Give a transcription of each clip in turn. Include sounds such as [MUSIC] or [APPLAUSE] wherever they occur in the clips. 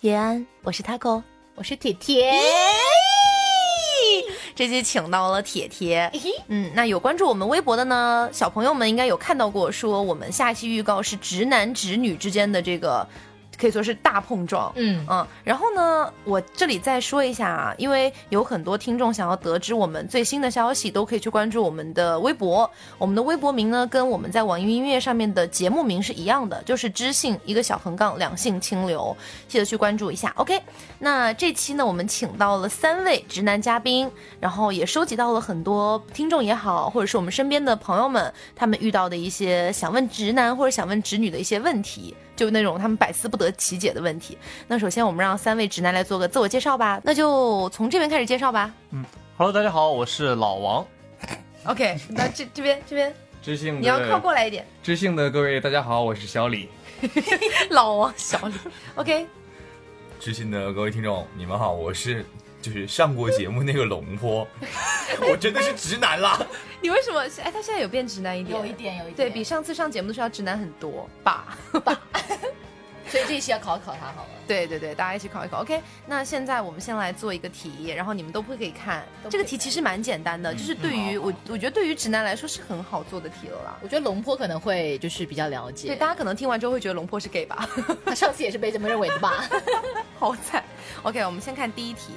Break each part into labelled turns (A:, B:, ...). A: 延安，我是 Taco，
B: 我是铁铁。
A: 哎这期请到了铁铁
B: 嘿嘿，
A: 嗯，那有关注我们微博的呢，小朋友们应该有看到过，说我们下期预告是直男直女之间的这个可以说是大碰撞，
B: 嗯
A: 嗯，然后呢，我这里再说一下啊，因为有很多听众想要得知我们最新的消息，都可以去关注我们的微博。我们的微博名呢，跟我们在网易云音乐上面的节目名是一样的，就是知性一个小横杠两性清流，记得去关注一下。OK，那这期呢，我们请到了三位直男嘉宾，然后也收集到了很多听众也好，或者是我们身边的朋友们，他们遇到的一些想问直男或者想问直女的一些问题，就那种他们百思不得其解的问题。那首先我们让三位直男来做个自我介绍吧，那就从这边开始介绍吧。
C: Hello，大家好，我是老王。
A: OK，那这这边这边
C: 知性的
A: 你要靠过来一点，
C: 知性的各位，大家好，我是小李。
A: [LAUGHS] 老王小李。OK， [LAUGHS]
D: 知心的各位听众，你们好，我是就是上过节目那个龙坡，我真的是直男啦。
A: 你为什么？哎，他现在有变直男一点，
B: 有一，点，有一点，
A: 对比上次上节目的时候要直男很多吧？ [LAUGHS]
B: 所以这一期要考考他好了。
A: 对对对，大家一起考一考。OK，那现在我们先来做一个题，然后你们都不可以看。嗯
B: 都不可以看
A: 这个题其实蛮简单的，就是对于
B: 好
A: 我，我觉得对于直男来说是很好做的题了啦。
B: 我觉得龙坡可能会就是比较了解，
A: 对，大家可能听完之后会觉得龙坡是 gay 吧？
B: 他上次也是被这么认为
A: [LAUGHS]
B: 的吧？
A: 好惨。OK，我们 [LAUGHS] 先看第一题。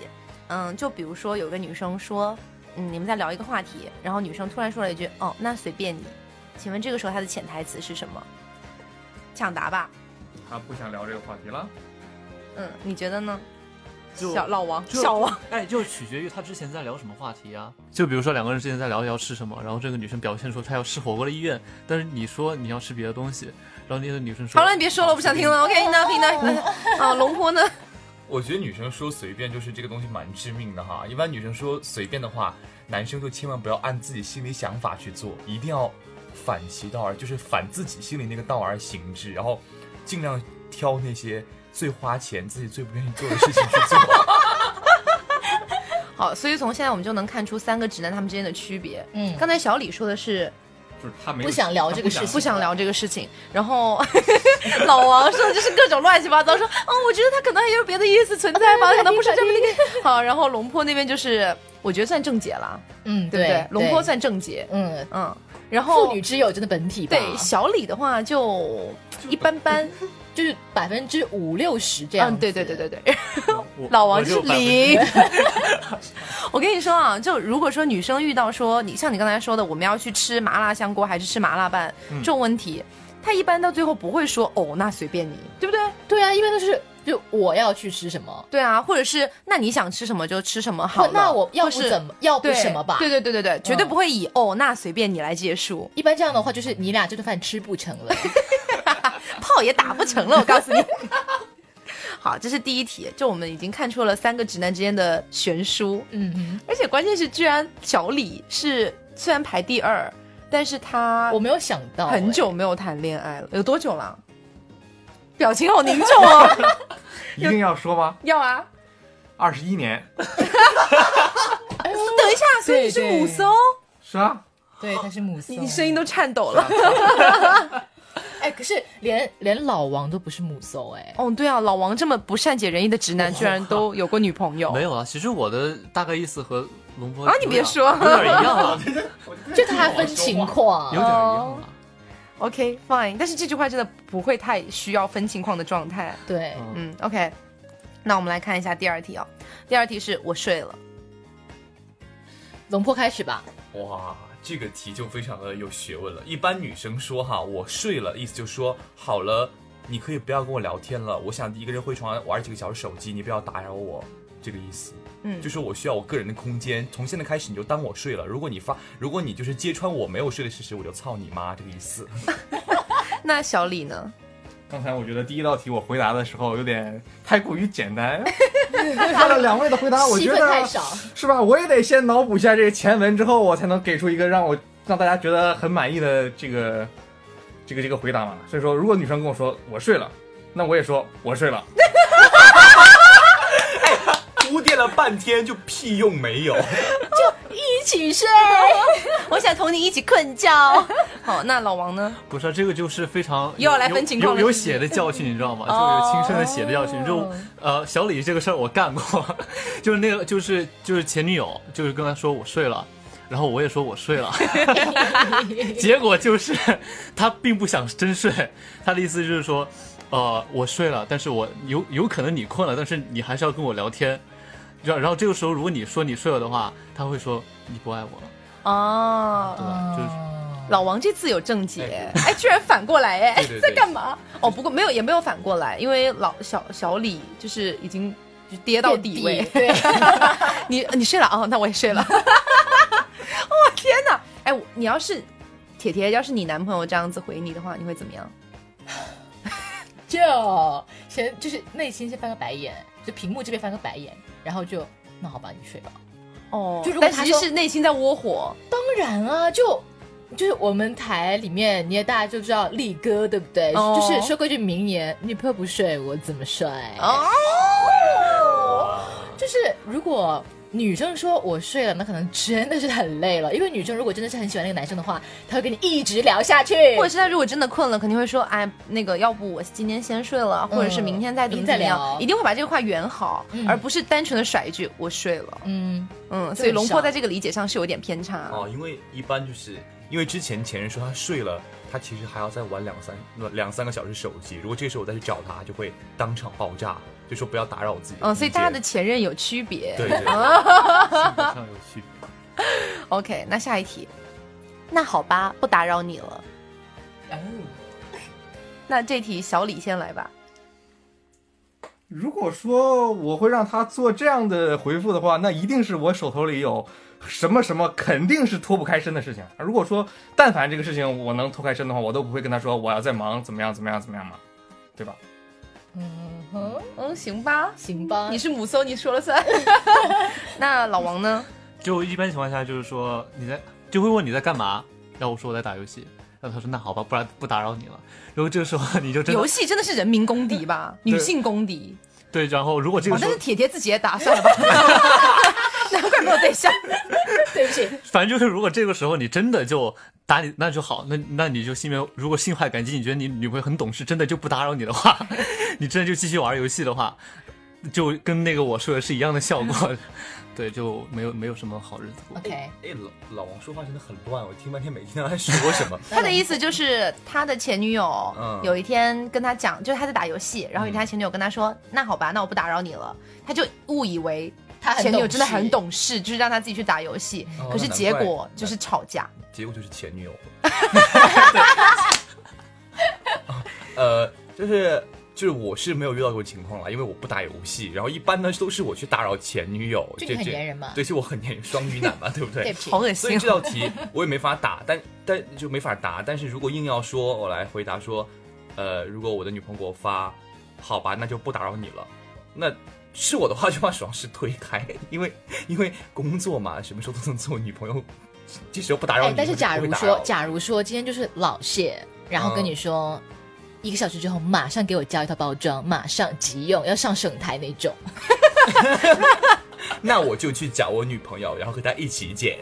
A: 嗯，就比如说有个女生说，嗯，你们在聊一个话题，然后女生突然说了一句，哦，那随便你。请问这个时候她的潜台词是什么？抢答吧。
C: 他不想聊这个话题了，
A: 嗯，你觉得呢？
C: 就
A: 小老王，
C: 就
A: 小王，
C: 哎，就取决于他之前在聊什么话题啊。就比如说两个人之前在聊要吃什么，然后这个女生表现出她要吃火锅的意愿，但是你说你要吃别的东西，然后那个女生说
A: 好了，你别说了，我不想听了。OK，enough enough。啊，龙坡呢？
D: 我觉得女生说随便就是这个东西蛮致命的哈。一般女生说随便的话，男生就千万不要按自己心里想法去做，一定要反其道而就是反自己心里那个道而行之，然后尽量挑那些最花钱、自己最不愿意做的事情去做。
A: 好，所以从现在我们就能看出三个直男他们之间的区别。
B: [LAUGHS] 嗯，
A: 刚才小李说的是
C: 就是他没
B: 有不想聊这个事情
A: 不想聊这个事情，然后 [LAUGHS] 老王说的就是各种乱七八糟，说哦，我觉得他可能还有别的意思存在吧，可能不是这么那个。好，然后龙坡那边就是我觉得算正解了，
B: 嗯，
A: 对不对？龙坡
B: 坡，
A: 算正解，
B: 嗯，
A: 嗯，然后
B: 妇女之友真的本体吧，
A: 对小李的话就一般般，
B: 就是百分之五六十这样子。
A: 嗯，对对对对对。
C: [LAUGHS] 我
A: 老王
C: 我
A: 是
C: 就百分之
A: 零。 [LAUGHS] 我跟你说啊，就如果说女生遇到说你像你刚才说的，我们要去吃麻辣香锅还是吃麻辣拌、
C: 嗯
A: 这种问题，她一般到最后不会说哦，那随便你，对不对？
B: 对啊，一般都是就我要去吃什么，
A: 对啊，或者是那你想吃什么就吃什么好了
B: 或哦那我要
A: 或
B: 不
A: 是
B: 怎么，要不
A: 对
B: 什么吧。
A: 对对对对对，绝对不会以、哦那随便你来结束，
B: 一般这样的话，就是你俩这顿饭吃不成
A: [LAUGHS]
B: 了。
A: 炮也打不成了，我告诉你。 [LAUGHS] 好，这是第一题，就我们已经看出了三个直男之间的悬殊，
B: 嗯
A: 而且关键是居然小李是虽然排第二，但是他
B: 哼，我没有想到、
A: 很久没有谈恋爱了，有多久了？表情好凝重 [LAUGHS] 哦，
E: 一定要说吗？
A: 要啊，
E: 二十一年，
B: 哎。哎呦
A: 等一下，所以你是
B: 对对
A: 母搜，
E: 是啊，
B: 对，他是啊母松。
A: 你你声音都颤抖了。
B: 哎，可是连连老王都不是母搜哎，
A: 哦，对啊，老王这么不善解人意的直男，居然都有过女朋友。
C: 没有啊，其实我的大概意思和龙波
A: 啊你别说
C: 有点
A: [LAUGHS]
C: 一样啊，
B: [LAUGHS] 就他还分情况
C: 有点一。样啊。
A: OK fine，但是这句话真的不会太需要分情况的状态。
B: 对，
C: 嗯
A: 嗯，OK，那我们来看一下第二题啊、第二题是我睡了，
B: 龙坡开始吧。
D: 哇，这个题就非常的有学问了。一般女生说哈，我睡了，意思就说好了，你可以不要跟我聊天了，我想一个人回床玩几个小时手机，你不要打扰我，这个意思。
A: 嗯
D: 就，是我需要我个人的空间，从现在开始你就当我睡了。如果你发，如果你就是揭穿我没有睡的事实，我就操你妈这个意思。
A: 那小李呢？
E: [LAUGHS]
A: [LAUGHS]
E: 刚才我觉得第一道题我回答的时候有点太过于
B: [LAUGHS]
E: 简单，看了两位的回答，我
B: 戏
E: 觉
B: 份太
E: 得
B: 少，
E: [LAUGHS] 是吧？我也得先脑补一下这个前文，之后我才能给出一个让我让大家觉得很满意的这个这个这个回答嘛。所以说，如果女生跟我说我睡了，那我也说我睡了。 [LAUGHS] 哎
D: 铺垫了半天就屁用没有， [LAUGHS]
B: 一起睡。
A: 我想同你一起困觉。 [LAUGHS] 好，那老王呢？
C: 不是，这个就是非常
A: 又要
C: 有
A: 来
C: 有
A: 分情况了
C: 有有
A: 是不是
C: 血的教训，你知
A: [LAUGHS]
C: 道吗？就
A: 哦
C: 有亲身的血的教训。就呃，小李这个事儿我干过， [LAUGHS] 就是那个就是就是前女友，就是跟他说我睡了。然后我也说我睡了， [LAUGHS] 结果就是他并不想真睡，他的意思就是说，呃，我睡了，但是我有有可能你困了，但是你还是要跟我聊天。然然后这个时候，如果你说你睡了的话，他会说你不爱我了，
A: 哦
C: 对，吧？就是
A: 老王这次有正解，哎，居然反过来， [LAUGHS] 哎
D: 对对，对
A: 在干嘛？哦，不过没有，也没有反过来，因为老小小李就是已经就跌到底位，
B: 对，
A: [LAUGHS] 你你睡了啊、哦那我也睡了。 [LAUGHS] 我、天哪！哎，我你要是铁铁，要是你男朋友这样子回你的话，你会怎么样？
B: 就先就是内心先翻个白眼，就屏幕这边翻个白眼，然后就那好吧，你睡吧。
A: 哦
B: 就如果
A: 但
B: 他
A: 其实
B: 说
A: 是内心在窝火，
B: 当然啊，就就是我们台里面，你也大家就知道力哥对不对？
A: 哦
B: 就是说过一句名言：女朋友不睡，我怎么睡？
A: 哦，
B: 就是如果女生说我睡了，那可能真的是很累了，因为女生如果真的是很喜欢那个男生的话，她会跟你一直聊下去，
A: 或者是他如果真的困了，肯定会说，哎，那个，要不我今天先睡了，或者是嗯明天再怎么怎么
B: 明天再
A: 样，
B: 聊
A: 一定会把这个话圆好，
B: 嗯
A: 而不是单纯的甩一句我睡了。
B: 嗯，
A: 嗯，
B: 就
A: 所以
B: 很
A: 龙坡
B: 少
A: 在这个理解上是有点偏差。
D: 哦，因为一般就是因为之前前任说他睡了，他其实还要再玩两三呃两三个小时手机。如果这个时候我再去找他，就会当场爆炸，就说不要打扰我自己空间。
A: 嗯，所以大家的前任有区别。
D: 对对对
C: 性格上有区别。
A: [LAUGHS] OK，那下一题，那好吧，不打扰你了。哎那这题小李先来吧。
E: 如果说我会让他做这样的回复的话，那一定是我手头里有什么什么，肯定是脱不开身的事情。如果说但凡这个事情我能脱开身的话，我都不会跟他说我要在忙，怎么样怎么样怎么样嘛，对吧？
B: 嗯哼，
A: 嗯，行吧，
B: 行吧，
A: 你是母搜，你说了 [LAUGHS] 算。那老王呢？
C: 就一般情况下就是说你在就会问你在干嘛，然后我说我在打游戏，然后他说那好吧，不然不打扰你了。如果这个时候你就真
A: 游
C: 的
A: 戏真的是人民公敌吧，女性公敌。
C: 对，然后如果这
A: 哦
C: 个，时
A: 但
C: 候
A: 是铁铁自己也打， [LAUGHS] 算了吧。难怪没有对象。
B: 对不起，
C: 反正就是如果这个时候你真的就打你那就好，那那你就心里面如果心怀感激，你觉得你女朋友很懂事，真的就不打扰你的话， [LAUGHS] 你真的就继续玩游戏的话，就跟那个我说的是一样的
A: [LAUGHS]
C: 效果，对，就没有没有什么好日子过。
B: OK，
D: 哎，老老王说话真的很乱，我听半天没听到他说什么。
A: [LAUGHS] 他的意思就是，他的前女友
D: 嗯
A: 有一天跟他讲，就是他在打游戏，然后有一天他前女友跟他说：“那好吧，那我不打扰你了。”他就误以为
B: 他很
A: 前女友
B: 懂
A: 真的很
B: 事
A: 懂事，就是让他自己去打游戏
D: 哦，
A: 可是
D: 那
A: 结
D: 难怪
A: 果就是吵架。
D: 结果就是前女友。呃，就是就是我是没有遇到过情况啦，因为我不打游戏，然后一般呢都是我去打扰前女友，
B: 就你很粘人嘛啊
D: 对，就我很粘人，双鱼男嘛，对不对？
B: 对不起
A: 好，恶
B: [LAUGHS]
D: 所
A: 心
D: 以这！道题我也没法打，但但就没法答。但是如果硬要说，我来回答说，呃，如果我的女朋友给我发，好吧，那就不打扰你了。那是我的话就把爽是推开，因为因为工作嘛，什么时候都能做女朋友，这时候不打扰
B: 哎
D: 你。，
B: 但是
D: 我就
B: 假
D: 不会
B: 如
D: 打
A: 哦
B: 说，
D: 扰
B: 假如说今天就是老谢，然后
A: 嗯
B: 跟你说。一个小时之后，马上给我交一套包装，马上急用，要上省台那种。
D: 那我就去找我女朋友，然后和她一起剪。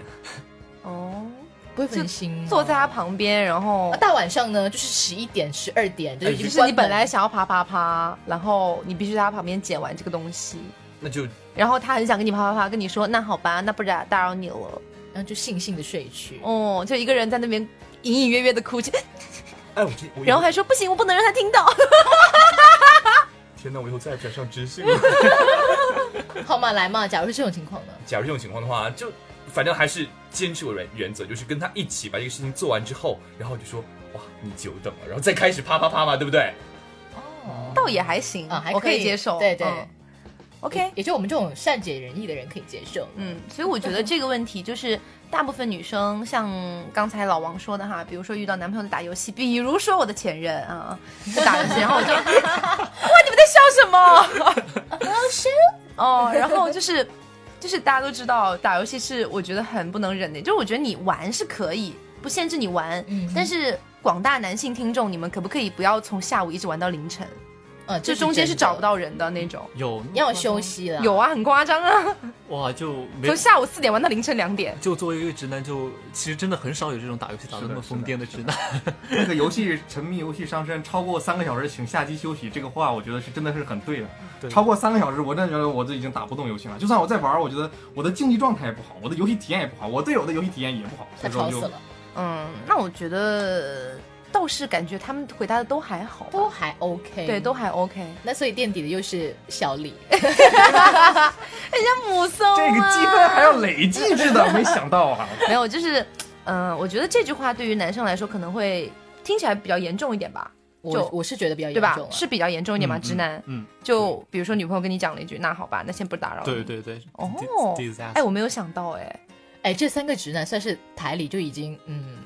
A: 哦，
B: 不会
A: 分
B: 心
A: 坐在他旁边，然后
B: 啊，大晚上呢，就是十一点、十二点，就是已
A: 就
B: 经
A: 是
B: 关
A: 哎你
B: 门
A: 本来想要啪啪啪，然后你必须在他旁边捡完这个东西，
D: 那就
A: 然后他很想跟你啪啪啪，跟你说：“那好吧，那不然打扰你了。
B: 然后就悻悻的睡去”。
A: 哦，就一个人在那边隐隐约约的哭泣，
B: 嗯
D: 哎，我这我以后
A: 然后还说：“不行，我不能让他听到。” [LAUGHS]
D: 天哪，我以后再也不想上知识了。
B: 好嘛，来嘛，假如是这种情况呢？
D: 假如这种情况的话，就反正还是坚持我的原原则，就是跟他一起把这个事情做完之后，然后就说哇，你久等了，然后再开始啪啪啪嘛，对不对？
B: 哦，
A: 倒也还行，
B: 啊，还
A: 我可
B: 以
A: 以接受。
B: 对对
A: 嗯 OK，
B: 也就我们这种善解人意的人可以接受。
A: 嗯，所以我觉得这个问题就是大部分女生像刚才老王说的哈，比如说遇到男朋友在打游戏，比如说我的前任啊在打游戏，然后我就哇你们在笑什么？哦，然后就是就是大家都知道打游戏是我觉得很不能忍的，就是我觉得你玩是可以不限制你玩，
B: 嗯
A: 但是广大男性听众你们可不可以不要从下午一直玩到凌晨？
B: 呃，
A: 这
B: 这
A: 中间是
B: 真的
A: 找不到人的那种。
C: 有
B: 要休息了。
A: 有啊，很夸张啊，
C: 哇就没
A: 从下午四点玩到凌晨两点。
C: 就作为一个直男就，其实真的很少有这种打游戏打的那么疯癫的直男。
E: 那个游戏沉迷游戏伤身，超过三个小时请下机休息，这个话我觉得是真的是很对的。
C: 对
E: 超过三个小时，我真的觉得我都已经打不动游戏了。就算我在玩，我觉得我的竞技状态也不好，我的游戏体验也不好，我队友的游戏体验也不好，
B: 他
E: 所以
B: 吵
E: 说
B: 死
E: 我就
B: 了，
A: 嗯，那我觉得倒是感觉他们回答的都还好吧，
B: 都还 OK。
A: 对，都还 OK。
B: 那所以垫底的又是小李，
A: 人家 [LAUGHS] 母松、啊，
E: 这个积分还要累计制的，没想到啊！
A: 没有，就是，嗯、我觉得这句话对于男生来说可能会听起来比较严重一点吧，
B: 我
A: 就
B: 我是觉得比较
A: 对
B: 严
A: 吧
B: 重？啊了。
A: 是比较严重一点吧，直男。
C: 嗯，
A: 就比如说女朋友跟你讲了一句，那好吧，那先不打扰。
C: 对。对对。
A: 哦
C: dis-，disaster
A: 哎，我没有想到，哎，
B: 哎，这三个直男算是台里就已经嗯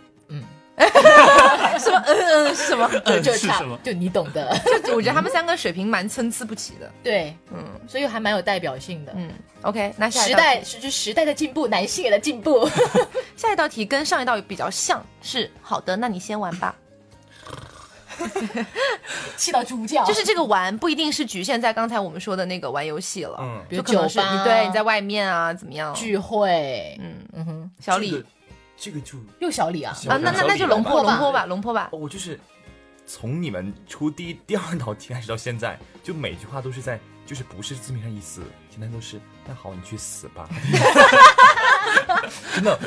B: 嗯，
A: 什么，嗯嗯，什么，
B: 就
C: [LAUGHS]
B: 就是差
C: 什么
B: 就你懂的，
A: [LAUGHS] 就我觉得他们三个水平蛮参差不齐的。
B: 对，
A: 嗯
B: 所以还蛮有代表性的。
A: 嗯，OK，那下一
B: 时
A: 道
B: 代是就时代的进步，男性也在进步。
A: 下一道题跟上一道比较像，是好的，那你先玩吧。
B: 气到猪叫，
A: 就是这个玩不一定是局限在刚才我们说的那个玩游戏了，
D: 嗯
B: 比
A: 就
B: 如
A: 可
B: 酒
A: 能是
B: 吧，
A: 你对你在外面啊怎么样？
B: 聚会，
A: 嗯，
B: 嗯哼，
A: 小李
D: 这个就
B: 又小李啊，
D: 小
A: 啊，那那那就龙坡
B: 小李
A: 龙
B: 来吧
A: 坡吧，龙坡吧。
D: 哦，我就是从你们出第一、第二道题开始到现在，就每句话都是在，就是不是字面上意思，现在都是那好，你去死 [LAUGHS] 吧！真的，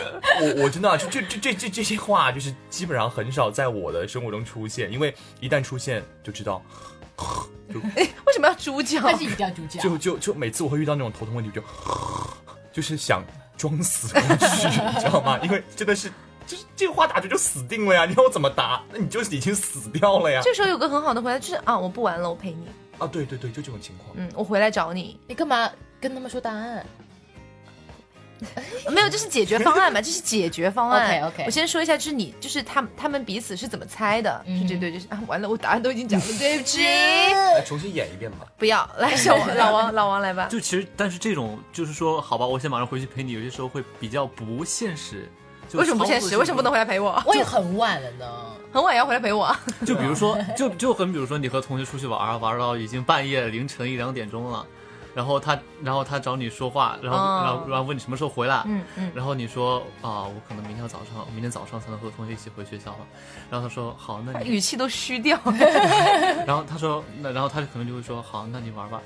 D: 我我真的啊、就这这这这这些话，就是基本上很少在我的生活中出现，因为一旦出现就知道，
A: 为什么要猪叫？
B: 他是一定要猪叫，
D: 就就就每次我会遇到那种头疼问题，我就就是 [SIGHS] 想装死过去，你知道吗？因为真的是。就是这个话打出就死定了呀！你让我怎么答？那你就是已经死掉了呀！
A: 这时候有个很好的回答就是啊，我不玩了，我陪你，
D: 啊，对对对，就这种情况。
A: 嗯，我回来找你。
B: 你干嘛跟他们说答案？
A: 没有，这是解决方案嘛，这是解决方案。
B: [LAUGHS] OK，OK
A: 我先说一下，就是你，就是他们，他们彼此是怎么猜的？
B: 嗯
A: 是这对，就是啊，完了，我答案都已经讲了，对不
B: [LAUGHS]
A: 起，
D: 来哎重新演一遍吧。
A: 不要来，小王老王，老王来吧。
C: 就其实，但是这种就是说，好吧，我先马上回去陪你，有些时候会比较不现实。就
A: 为什么不现
C: 操
A: 实？
C: 作
A: 为什么不能
C: 性
A: 回来陪我？
B: 我也很晚了呢，
A: 很晚也要回来陪我。
C: 不就比如
A: [LAUGHS]
C: 说，就就很比如说，你和同学出去玩儿，玩儿到已经半夜凌晨一两点钟了，然后他然后他找你说话，然后、
A: 哦
C: 然后然后问你什么时候回来，
A: 嗯嗯，
C: 然后你说啊，我可能明天早上，明天早上才能和同学一起回学校了。然后他说好，那你，
A: 语气都虚掉。
B: [LAUGHS]
C: 然后他说那，然后他就可能就会说好，那你玩吧。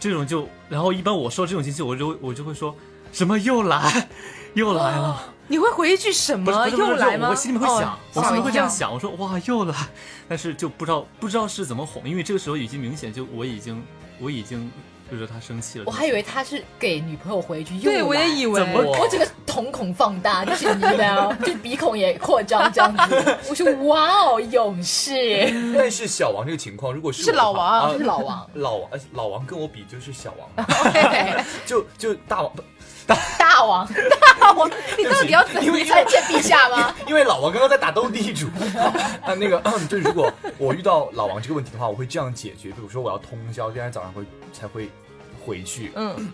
C: 这种就，然后一般我说这种情绪，我就我就会说什么又来，又来了，
A: 你会回一句什
C: 不是
A: 么？
C: 不是不
A: 哦又
C: 是
A: 来吗？
C: 我心里面会想
A: 哦，
C: 我心里面会这样。
A: 吓
C: 想，我说哇又来，但是就不知道不知道是怎么哄，因为这个时候已经明显就我已经我已经就是他生气了，
B: 我还以为他是给女朋友回一句，
A: 一跳对，我也以为。
C: 怎么
B: 我整个瞳孔放大，就是你呢，就鼻孔也扩张这样子。我
E: [LAUGHS]
B: 说哇哦，勇士，
D: 但是小王这个情况，如果是
A: 是
D: 我的话
A: 老王
D: 啊
B: 就是老王，
D: 老王，呃老王跟我比就是小王
A: [LAUGHS]
D: 嘛，
A: OK
D: 就就大王，不
B: 大王，
A: 大王，你到底要怎
B: 你才见陛下
E: [LAUGHS] 嗯
B: 吗？
D: [LAUGHS] 因为老王刚刚在打斗地主。 [LAUGHS] 啊，那个 [CLEARS THROAT] 就是如果我遇到老王这个问题的话，我会这样解决，比如说我要通宵，第二天早上会才会回去，
A: 嗯，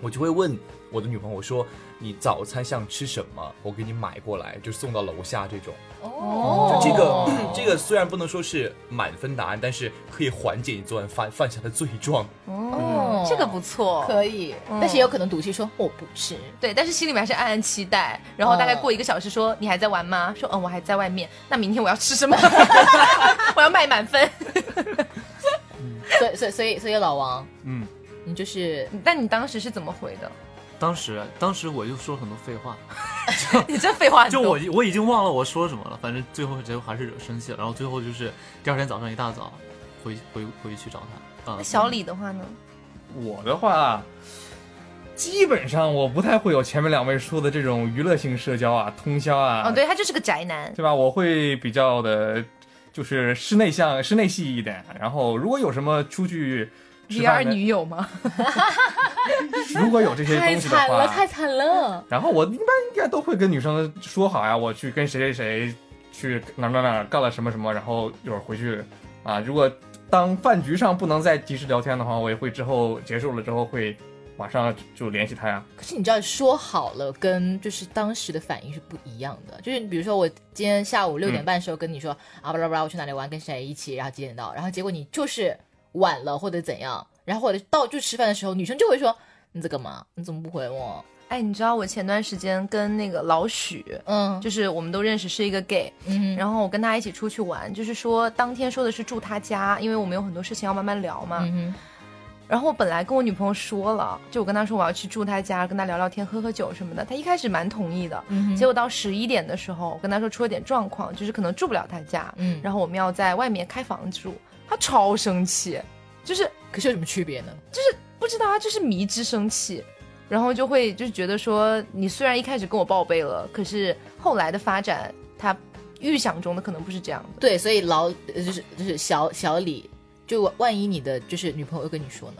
D: 我就会问我的女朋友，我说你早餐想吃什么，我给你买过来，就送到楼下这种。
A: 哦
D: 这个
A: 哦
D: 这个虽然不能说是满分答案，但是可以缓解你昨晚犯犯下的罪状。
A: 哦，这个不错。
B: 可以，
E: 嗯
B: 但是也有可能赌气说我不吃，
A: 对，但是心里面还是暗暗期待。然后大概过一个小时说，你还在玩吗？说嗯，我还在外面。那明天我要吃
C: [LAUGHS]
A: 什么？我要卖满分。 [LAUGHS]
B: 所以所以所以所以老王，
C: 嗯，
B: 你就是
A: 但你当时是怎么回
C: [LAUGHS]
A: 的？
C: 当时当时我就说很多废话，
A: 你这废话很
C: 就
A: 多
C: 我我已经忘了我说什么了，反正最后结果还是惹生气了。然后最后就是第二天早上一大早回回回去找他啊
A: 那。小李的话呢？
E: 我的话，基本上我不太会有前面两位说的这种娱乐性社交啊、通宵啊，
C: 嗯
A: 哦，对他就是个宅男。
E: 对吧？我会比较的，就是室内向、室内系一点。然后如果有什么出去吃
A: VR
E: 饭的，
A: 女友吗？
E: 如果有这些
B: 太
E: 东西的
B: 惨了，
E: 话
B: 太，惨了，
E: 然后我一般应该都会跟女生说好呀，我去跟谁谁谁去哪儿哪儿哪儿干了什么什么，然后一会儿回去啊。如果当饭局上不能再及时聊天的话，我也会之后结束了之后会马上就联系他呀。
B: 可是你知道，说好了跟就是当时的反应是不一样的。就是比如说，我嗯今天下午六点半的时候跟你说、啊，巴拉巴拉，我去哪里玩，跟谁一起，然后几点到，然后结果你就是晚了或者怎样，然后或者到就吃饭的时候，女生就会说你在干嘛？你怎么不回我？
A: 哎，你知道我前段时间跟那个老许，
B: 嗯，
A: 就是我们都认识，是一个 gay，
B: 嗯
A: 然后我跟他一起出去玩，就是说当天说的是住他家，因为我们有很多事情要慢慢聊嘛。
B: 嗯
A: 然后我本来跟我女朋友说了，就我跟她说我要去住她家，跟她聊聊天、喝喝酒什么的。她一开始蛮同意的，
B: 嗯
A: 结果到十一点的时候，我跟她说出了点状况，就是可能住不了她家，
B: 嗯，然
A: 然后我们要在外面开房住。她超生气，就是
B: 后可是有什么区别呢？
A: 不知道她就是迷之生气，然后就会就是觉得说你虽然一开始跟我报备了，可是后来的发展，她预想中的可能不是这样的。
B: 对，所以老呃就是就是小小李，就万一你的就是女朋友又跟你说呢？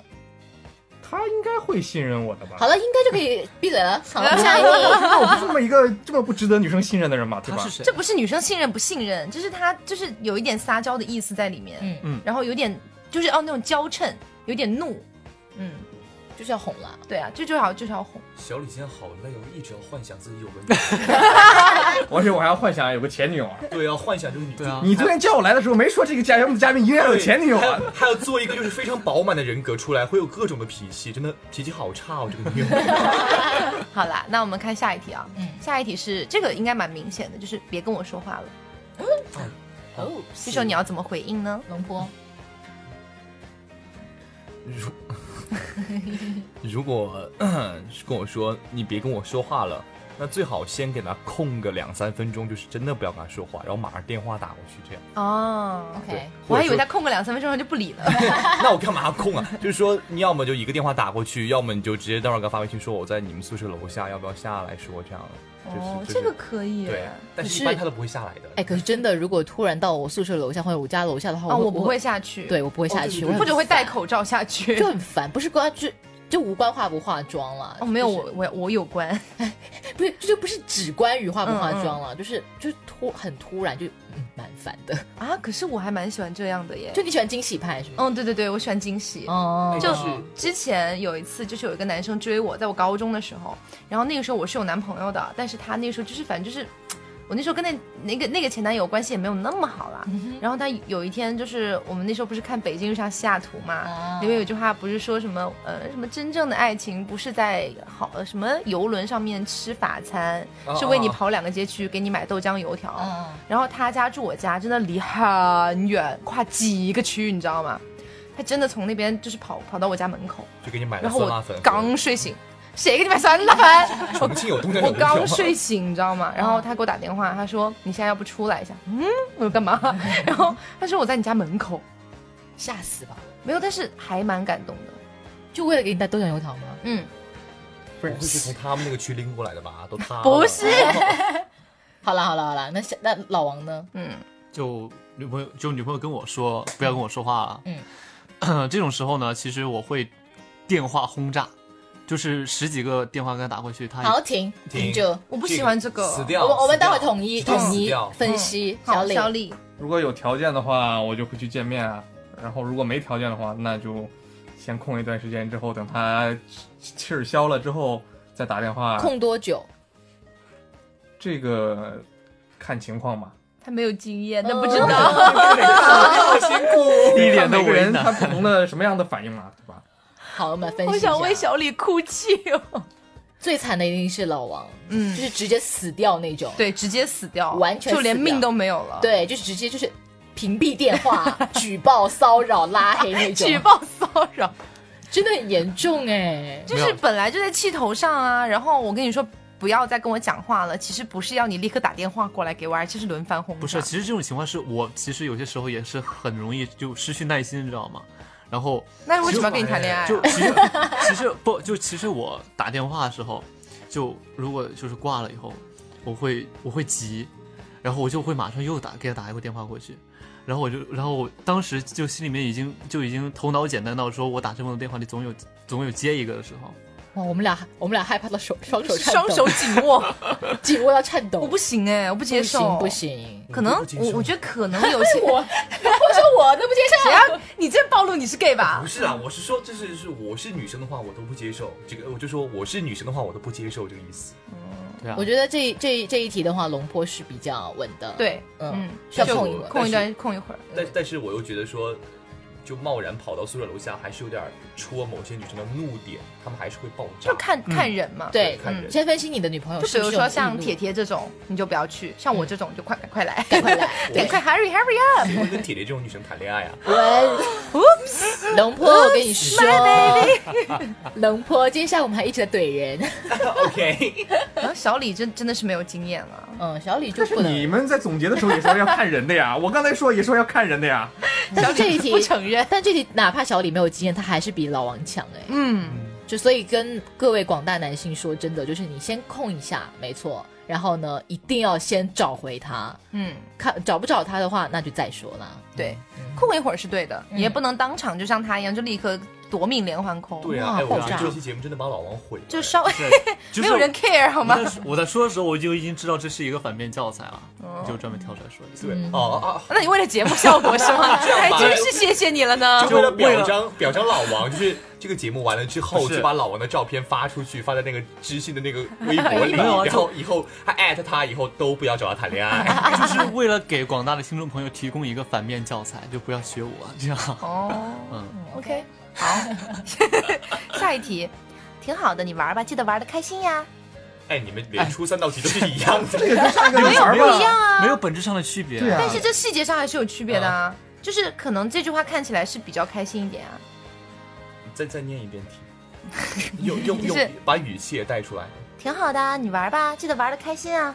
E: 他应该会信任我的吧？
B: 好了，应该就可以闭嘴了。 [LAUGHS] 好了，啊下一
E: 我
B: 个。
E: 知道我不是这么一个这么不值得女生信任的人嘛，对
C: 他
E: 吧？
C: 是谁
A: 这？不是女生信任不信任，就是她就是有一点撒娇的意思在里面，
B: 嗯
E: 嗯
A: 然后有点就是哦那种娇嗔，有点怒，嗯，
B: 就是要哄啦。
A: 对啊，这就好就是要哄，
D: 小李现在好累哦，一直要幻想自己有个女，
E: 而且我还要幻想有个前女友啊。
D: 对啊，幻想这个女，
C: 对啊，
E: 你昨天叫我来的时候没说这个嘉宾的嘉宾一定要有前女友
D: 还
E: 啊？
D: 要还要做一个就是非常饱满的人格出来，会有各种的脾气，真的脾气好差哦，这个女友。
A: 好啦，那我们看下一题啊，
B: 嗯
A: 下一题是这个应该蛮明显的，就是别跟我说话了，
B: 哦，
A: 这时候你要怎么回应呢？
B: 龙波，
D: 如 [LAUGHS] 如果 [CLEARS THROAT] 咳跟我说你别跟我说话了，那最好先给他空个两三分钟，就是真的不要跟他说话，然后马上电话打过去，这样。
A: 哦
B: OK
D: 对，
A: 我
D: 或者
A: 还以为
D: 说
A: 他空个两三分钟他就不理了，
D: 那我干嘛空啊？就是说，你要么就一个电话打过去，要么你就直接待会儿给他发微信说我在你们宿舍楼下，要不要下来说这样的。就是、
A: 哦，
D: 就是
A: 这个可以，
D: 对，但
B: 可
D: 是
B: 是
D: 一般他都不会下来的。
B: 哎，可是真的，如果突然到我宿舍楼下或者我家楼下的话，
A: 啊，
B: 我
A: 我不会，哦下去，，
B: 对我不会下去，我很
A: 或者会戴
B: 烦，
A: 口罩下去
B: 就。很烦，不是关就就无关化不化妆了。
A: [LAUGHS] 哦，没有
B: 就是
A: 我我我有关，
B: 不是，这就不是只关于化不化
A: 嗯嗯
B: 妆了，就是就是突很突然就，嗯，蛮烦的。
A: 啊，可是我还蛮喜欢这样的耶。
B: 就你喜欢惊喜派是吗？
A: 嗯，对对对，我喜欢惊喜。
B: 哦
A: 就
D: 哦
A: 之前有一次，就是有一个男生追我，在我高中的时候，然后那个时候我是有男朋友的，但是他那个时候就是反正就是。我那时候跟那那个那个前男友关系也没有那么好啦，
D: 嗯
A: 然后他有一天就是我们那时候不是看《北京遇上西雅图》嘛
D: 嗯
B: 啊，
A: 里面有句话不是说什么呃什么真正的爱情不是在好呃什么游轮上面吃法餐，
D: 哦
A: 是为你
D: 哦
A: 跑两个街区给你买豆浆油条，
B: 嗯，
A: 然后他家住我家真的离很远，跨几个区，你知道吗？他真的从那边就是跑跑到我家门口，
D: 就给你买了
A: 然后
D: 哎酸辣
A: 我
D: 粉。
A: 刚睡醒，谁给你买酸辣
D: [LAUGHS]
A: 粉？
D: 重庆有东江
A: 我
D: 有油条
A: 刚睡醒，你知道吗？然后他给我打电话，他说你现在要不出来一下？嗯，我说干嘛？ [LAUGHS] 然后他说我在你家门口，
B: 吓死吧！
A: 没有，但是还蛮感动的。
B: 就为了给你带豆浆油条吗？
A: 嗯，
D: 不是是从他们那个区拎过来的吧？都塌了
A: 不是，
D: 哦
B: 好了好了好了，那下那老王呢？
A: 嗯，
C: 就女朋友就女朋友跟我说不要跟我说话，嗯， [CLEARS THROAT] 这种时候呢，其实我会电话轰炸，就是十几个电话跟他打过去，他也
B: 好，停
D: 哎停
B: 停住。
A: 我不喜欢这个。
D: 死
B: 我
D: 掉。
B: 们我们
D: 死掉
B: 待会儿统一
D: 这个
B: 统
D: 死
B: 一
D: 掉
B: 分析
A: 嗯好，
B: 李。
A: 小李，
E: 如果有条件的话，我就会去见面啊。然后如果没条件的话，那就先空一段时间，之后等他气儿消了之后再打电话。
B: 空多久？
E: 这个看情况 [LAUGHS] 吧。
A: 他没有经验，他
B: 哦
A: 不知道。
D: 啊好辛
B: [LAUGHS]
D: 苦，
C: 一脸的
E: 每个
C: 为
E: 人
C: 难
E: 他不同的什么样的反应嘛，对吧？
B: 好，我们分析一下。
A: [LAUGHS] 我想为小李哭泣哦。
B: 最惨的一定是老王，
A: 嗯
B: 就是直接死掉那种。
A: 对，直接死掉，
B: 完全
A: 就连
B: 死掉
A: 命都没有了。
B: 对，就是直接就是屏蔽电话、举报、骚扰、拉黑那种，
A: [LAUGHS] 举报骚扰，
B: 真的很严重哎、
A: [LAUGHS] 就是本来就在气头上啊。然后我跟你说，不要再跟我讲话了。其实不是要你立刻打电话过来给我，而且是轮番轰炸。
C: 不是，其实这种情况是我其实有些时候也是很容易就失去耐心，你知道吗？然后
A: 那为什么要跟你谈恋爱、啊？
C: 就其实 [LAUGHS] 其实不就其实我打电话的时候，就如果就是挂了以后，我会我会急，然后我就会马上又打给他打一个电话过去，然后我就然后我当时就心里面已经就已经头脑简单到说我打这么多电话里总有总有接一个的时候，
B: 哇，我们俩我们俩害怕到手双手颤
A: [LAUGHS]
B: 抖，
A: 双手紧握，
B: [LAUGHS] 紧握到颤抖，
A: 我不行哎、我不接
B: 不
A: 受，
B: 行不。行。
A: 可能
D: 我都不接
A: 我
D: 受
A: 我觉得可
B: [LAUGHS]
A: 能有些，
B: 我我说我都不接
A: 谁
B: 受，
A: 要你这暴露你是 gay 吧
D: 不？是啊，我是说，就是是我是女生的话，我都不接受这个，我就说我是女生的话，我都不接受这个意思。
C: 对啊
B: 我，觉得这这这一题的话，龙坡是比较稳的。，
A: 对，
B: 嗯
A: 嗯，
B: 需要
A: 就
B: 空一会儿嗯
A: 空一段，空一会儿。
D: 但但是我又觉得说，就贸然跑到宿舍楼下，还是有点戳某些女生的怒点，他们还是会爆炸
A: 就。看看人嘛。
B: 对嗯
D: 看，人
B: 先分析你的女朋友
A: 就是比
B: 不
A: 如
B: 哦是有
A: 说
B: 易
A: 像
B: 怒
A: 铁，铁这种，你就不要去；像我这种，就快快来，
B: 赶快来，
A: [LAUGHS] 对，
B: 对，
A: 快 hurry hurry up。
D: [LAUGHS] 怎么会跟铁铁这种女生谈恋爱啊？ [LAUGHS]
B: 我，龙坡，我跟你说， [LAUGHS] 龙坡，今天下午我们还一直在怼人，
A: [LAUGHS]
D: OK，
A: 然后啊小李真真的是没有经验了。
B: [LAUGHS] 嗯，小李就
E: 但是
B: 不
E: 你
B: 能，
E: 们在总结的时候也说要看人的呀，我刚才说也说要看人的呀。
B: 但是这一题
A: 不承认，
B: 但这题哪怕小李没有经验，他还是比老王强哎、
A: 嗯，
B: 就所以跟各位广大男性说，真的就是你先控一下，没错，然后呢，一定要先找回他，
A: 嗯，
B: 看找不找他的话，那就再说啦。
A: 对，空一会儿是对的，
B: 嗯
A: 也不能当场就像他一样，就立刻夺命连环空。
D: 对啊，
B: 哇
D: 哎，我
B: 爆
D: 觉
B: 炸
D: 得这期节目真的把老王毁了。
A: 就稍微
C: 对，
A: [LAUGHS]
C: 就是
A: 没有人 care 好
C: 我
A: 吗
C: 在？说我在说的时候，我就已经知道这是一个反面教材了，
A: 哦
C: 就专门跳出来说一次。
D: 对，
A: 嗯
D: 哦哦
A: 那你为了节目效果是吗？还真是谢谢你了呢
D: 哦，。就为了表彰表彰老王，就是这个节目完了之后，
C: 不是
D: 就把老王的照片发出去，发在那个知信的那个微博里，
C: 没有啊就
D: 然后以后还艾特他，以后都不要找他谈恋爱。
C: 就是为了给广大的听众朋友提供一个反面教材，就不要学我这样。
A: 哦
C: 嗯，
A: ，OK，好， [LAUGHS] 下一题，挺好的，你玩吧，记得玩的开心呀。
D: 哎，你们连初三道题都是一样
E: 这
D: 的，
E: 也跟上一个女孩
C: 没有
E: 吧
A: 一，样啊
C: 没有本质上的区别。
E: 对啊
A: 但是这细节上还是有区别的啊，就是可能这句话看起来是比较开心一点啊。
D: [LAUGHS] 再再念一遍题，用用
A: 就
D: 用
A: 是，
D: 把语气也带出来。
A: 挺好的啊，你玩吧，记得玩的开心啊。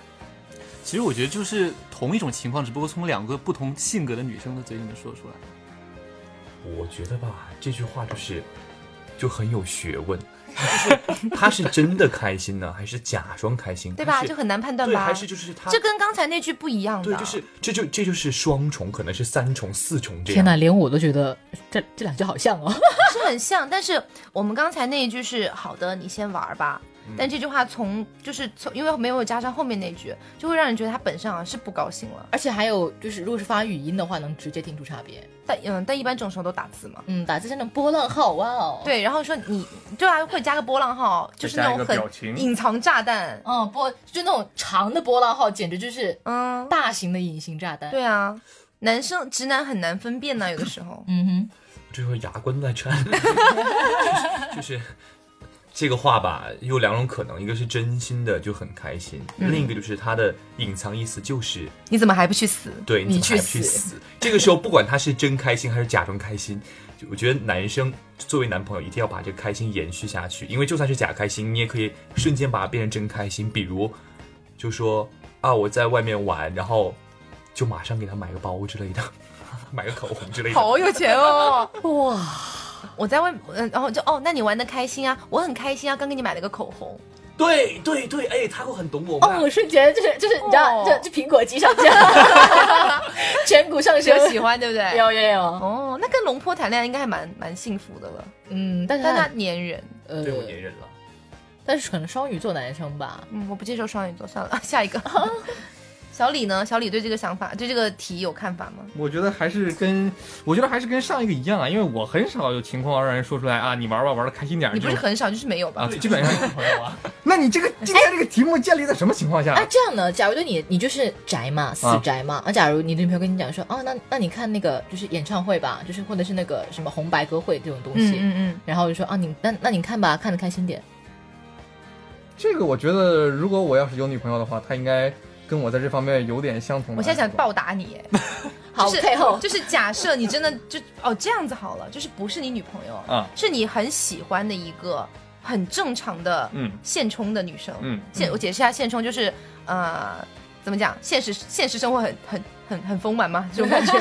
C: 其实我觉得就是同一种情况，只不过从两个不同性格的女生的嘴里面说出来。
D: 我觉得吧，这句话就是就很有学问，就是他是真的开心呢，还是假装开心？
A: 对吧？
D: 还是
A: 就很难判断
D: 对，
A: 吧。
D: 还是就是他
A: 这跟刚才那句不一样的。
D: 对，就是这就这就是双重，可能是三重、四重这
B: 天
D: 样。
B: 哪，连我都觉得这这两句好像哦。
A: [LAUGHS] 是很像，但是我们刚才那一句是“好的，你先玩吧”，
D: 嗯
A: 但这句话从就是从因为没有加上后面那句，就会让人觉得他本身好像啊是不高兴了。
B: [LAUGHS] 而且还有就是，如果是发语音的话，能直接听出差别。
A: 但嗯，但一般这种时候都打字嘛。
B: 嗯，打字真的波浪号，哇哦。，
A: 对，然后说你对啊，会加个波浪号，就是那
E: 再加
A: 种
E: 一个表情
A: 很隐藏炸弹。
B: 嗯，波就那种长的波浪号，简直就是
A: 嗯，
B: 大型的隐形炸弹。，。
A: 对啊，男生直男很难分辨呐、有的时候
B: 嗯哼，
D: 这会牙关在颤，
B: [LAUGHS]
D: 就是 [LAUGHS] 就是这个话吧，有两种可能，一个是真心的就很开心，
B: 嗯
D: 另一个就是他的隐藏意思就是
A: 你怎么还不去死？
D: 对
B: 你
D: 你怎么还
B: 去
D: 去死。
B: [LAUGHS]
D: 这个时候不管他是真开心还是假装开心，就我觉得男生作为男朋友一定要把这个开心延续下去，因为就算是假开心，你也可以瞬间把它变成真开心，比如就说啊我在外面玩，然后就马上给他买个包之类的， [LAUGHS] 买个口红之类的。
A: 好有钱哦！
B: 哇，
A: [LAUGHS] 我在外，嗯，然后就哦，那你玩的开心啊，我很开心啊，刚给你买了个口红。
D: 对对对，哎，他会很懂我们俩。
B: 哦，我瞬间就是就是你知道，
A: 哦
B: 这这苹果肌上 [LAUGHS] 架，颧骨上
A: 有
B: 升，
A: 喜欢，对不 [LAUGHS] 对？
B: 有有有，
A: 哦，那跟龙坡谈恋爱应该还蛮蛮幸福的了，
B: 嗯，但是
A: 但他
B: 他
A: 粘人。
B: 呃
D: 对，我也忍了。
B: 但是可能双鱼座男生吧，
A: 嗯，我不接受双鱼座，算了， [LAUGHS] 下一个。小李呢？小李对这个想法，对这个题有看法吗？
E: 我觉得还是跟我觉得还是跟上一个一样啊，因为我很少有情况让人说出来啊，你玩吧，玩的开心点儿。
A: 你不是
E: 这种
A: 很哎少，就是没有吧？
E: 啊，基本上，
D: 朋友啊，
E: 那你这个今天这个题目建立在什么情况下
B: 哎、？这样呢？假如对你，你就是宅嘛，死宅嘛。啊，假如你女朋友跟你讲说，哦，那那你看那个就是演唱会吧，就是或者是那个什么红白歌会这种东
A: 嗯
B: 西，
A: 嗯嗯，
B: 然后就说啊，你那那你看吧，看的开心点。
E: 这个我觉得，如果我要是有女朋友的话，她应该跟我在这方面有点相同的。
A: 我现在想暴打你，哎
B: 好，
A: 就是
B: 配后
A: 就是假设你真的就哦这样子好了，就是不是你女朋友，
E: 啊，
A: 是你很喜欢的一个很正常的
E: 嗯
A: 现充的女生，
E: 嗯，
A: 现我解释一下，现充就是呃，怎么讲？现实现实生活很很很很丰满嘛，这种感
E: [LAUGHS]
A: 觉。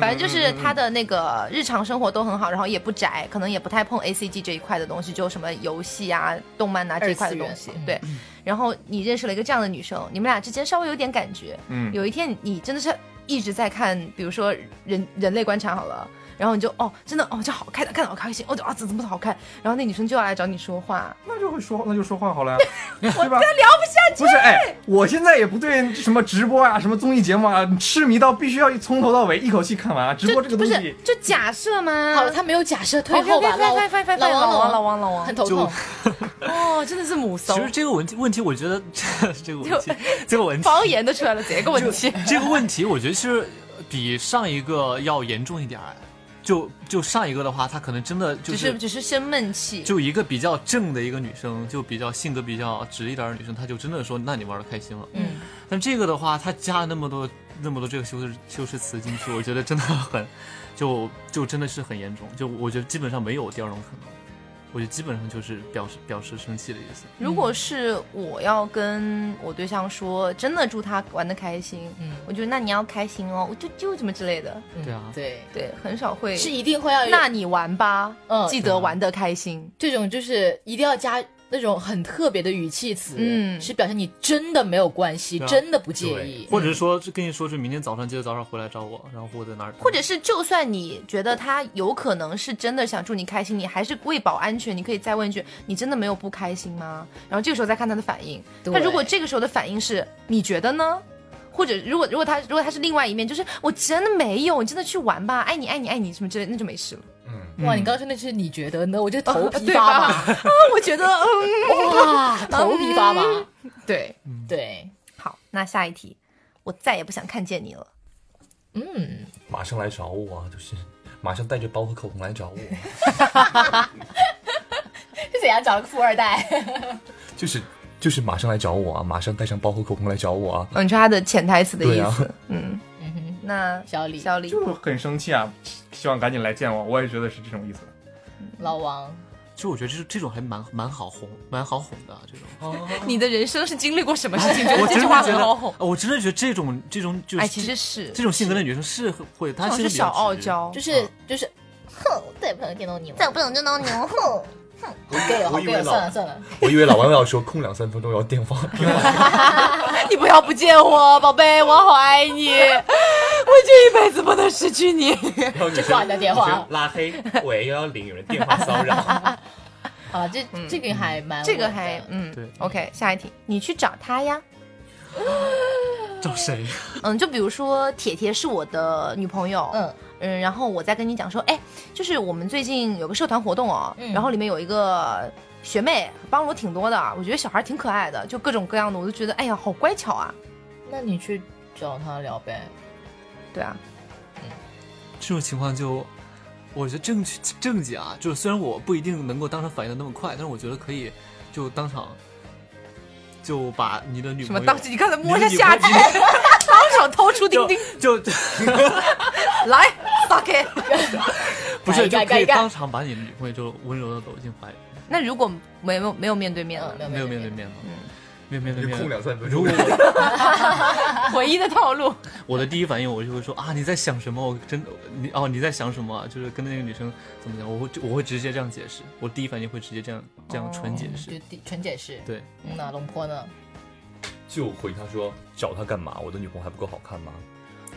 A: 反正
E: 嗯
A: 就是她的那个日常生活都很好，然后也不宅，可能也不太碰 A C G 这一块的东西，就什么游戏啊、动漫啊这一块的东西
B: 二次元。
E: 嗯
A: 对。然后你认识了一个这样的女生，你们俩之间稍微有点感觉。
E: 嗯
A: 有一天你真的是一直在看，比如说人人类观察好了。然后你就哦，真的哦，这好看的，看的好开心，哦，啊，怎么怎么好看？然后那女生就要来找你说话，
E: 那就会说，那就说话
A: [LAUGHS]
E: 好了呀，对吧？聊不下去。不是，哎，我现在也不对什么直播啊、什么综艺节目啊痴迷到必须要从头到尾一口气看完啊。直播这个
A: 不
E: 东
A: 是
E: 西，
A: 就假设嘛。
B: 好了，他没有假设，退后吧，
A: 快嗯哦
B: 老
A: 快快快快！
B: 老王
A: 老王老
B: 王
A: 王老王
B: 很，头痛
C: 就。
A: 哦，真的是母
C: 其
A: 骚，
C: 实这个问题问题，我觉得 [LAUGHS] 这个问题 [LAUGHS] 这个问题
A: 方言都出来了，这个问题。
C: 这个问题，我觉得是比上一个要严重一点儿哎。就就上一个的话，她可能真的就
A: 只是只是生闷气，
C: 就嗯一个比较正的一个女生，就比较性格比较直一点的女生，她就真的说，那你玩的开心了。
A: 嗯，
C: 但这个的话，她加了那么多那么多这个修饰修饰词进去，我觉得真的很，就就真的是很严重，就我觉得基本上没有第二种可能，我觉得基本上就是表示表示生气的意思。
A: 如果是我要跟我对象说，真的祝他玩的开心，
B: 嗯
A: 我觉得那你要开心哦，我就就怎么之类的，
B: 嗯
C: 对啊
B: 对，
A: 对，很少会
B: 是一定会要有
A: 那你玩吧，
B: 嗯
A: 记得玩的开心。
B: 这种就是一定要加那种很特别的语气词，
A: 嗯
B: 是表示你真的没有关系，
C: 对啊
B: 真的不介意，
C: 或者是说跟你说是明天早上记得早上回来找我，然后或者哪儿，
A: 或者是，就算你觉得他有可能是真的想祝你开心，你还是为保安全，你可以再问一句：“你真的没有不开心吗？”然后这个时候再看他的反应。
B: 对
A: 他如果这个时候的反应是“你觉得呢”，或者如果如果他如果他是另外一面，就是“我真的没有，你真的去玩吧，爱你爱你爱你”什么之类的，那就没事了。
D: 嗯，
B: 哇，你刚刚说那是你觉得呢？我就头皮
A: 对
B: 发
A: 吧？[LAUGHS]
B: 麻，
A: 啊， [LAUGHS] 我觉得，嗯，
B: 哇，头皮发麻。
A: 对，
B: 对，
A: 好，那下一题，我再也不想看见你了。
B: 嗯，
D: 马上来找我啊，就是马上带着包和口红来找我， [LAUGHS]
B: 是怎样找了个富二代？
D: 就是就是马上来找我啊，马上带上包和口红来找我啊。
A: 嗯，你说他的潜台词的
D: 对
A: 意
D: 啊
A: 思，嗯，
B: 嗯哼，
A: 那
B: 小李、
A: 小李，
E: 就很生气啊，希望赶紧来见我。我也觉得是这种意思。
B: 老王，
C: 其实我觉得这这种还蛮蛮好哄，蛮好哄的、啊这种。
A: 你的人生是经历过什么事情？觉
C: 我
A: 哦得这
C: 真
A: 句
C: 的
A: 话
C: 觉
A: 很好哄
C: 得，。哦我真的觉得这种这种就是
A: 哎，其实是
C: 这种性格的女生是会，她
A: 这种
C: 其
A: 是
C: 实比较
A: 小傲
C: 直
A: 娇，
B: 就是就是，哼，再也不想见到你了，
A: 再不能见到你了，哼，
B: 好 gay 哦，好
D: 我以
B: gay
D: 为
B: 哦，
D: 老
B: 算了算了，
D: 我以为老王要说空两三分钟要电话， [LAUGHS]
A: 你不要不见我，宝贝，我好爱 [LAUGHS] 你，我这一辈子不能失去你。
D: 然后女
B: 挂你的电话
D: 女生拉黑，喂幺幺零，有人电话骚 [LAUGHS] 扰。
B: 好啊了，这这个还蛮
A: 这个
B: 稳的
A: 还嗯，
C: 对
A: ，OK，下一题，你去找他呀。
C: 找谁？ [LAUGHS]
A: 嗯，就比如说铁铁是我的女朋友，
B: 嗯
A: 嗯，然后我再跟你讲说，哎，就是我们最近有个社团活动哦，
B: 嗯
A: 然后里面有一个学妹帮了我挺多的，我觉得小孩挺可爱的，就各种各样的，我就觉得哎呀好乖巧啊，
B: 那你去找他聊呗。
A: 对啊，
C: 这种情况就，我觉得正正经啊，就是虽然我不一定能够当场反应的那么快，但是我觉得可以就当场就把你的女
A: 什
C: 朋
A: 么
C: 友
A: 当时你看他摸一
C: 你
A: 下
C: 的女
A: 下体，
C: 朋友
A: [LAUGHS] 当场掏出钉
C: 就
A: 钉
C: [LAUGHS] 就
A: 来撒开。 [LAUGHS]
C: 不
B: 改
C: 是就
B: 一改
C: 可
B: 改一
C: 以
B: 改
C: 当场把你的女朋友就温柔的搂进怀里，
A: 那如果没有没有面对面呢
B: 嗯，？
C: 没有面对
B: 面。
C: 面吗？没有面对
D: 就空
C: 面。
D: 两三分钟 [LAUGHS]
C: 如果。我
B: 嗯 [LAUGHS]
A: 唯一的套路，
C: 我的第一反应，我就会说啊，你在想什么？我真的你哦，你在想什么啊？就是跟那个女生怎么讲？我会我会直接这样解释，我第一反应会直接这样这样纯解释。
B: 就第纯解释。
C: 对，
B: 嗯那龙坡呢？
D: 就回他说找他干嘛？我的女朋友还不够好看吗？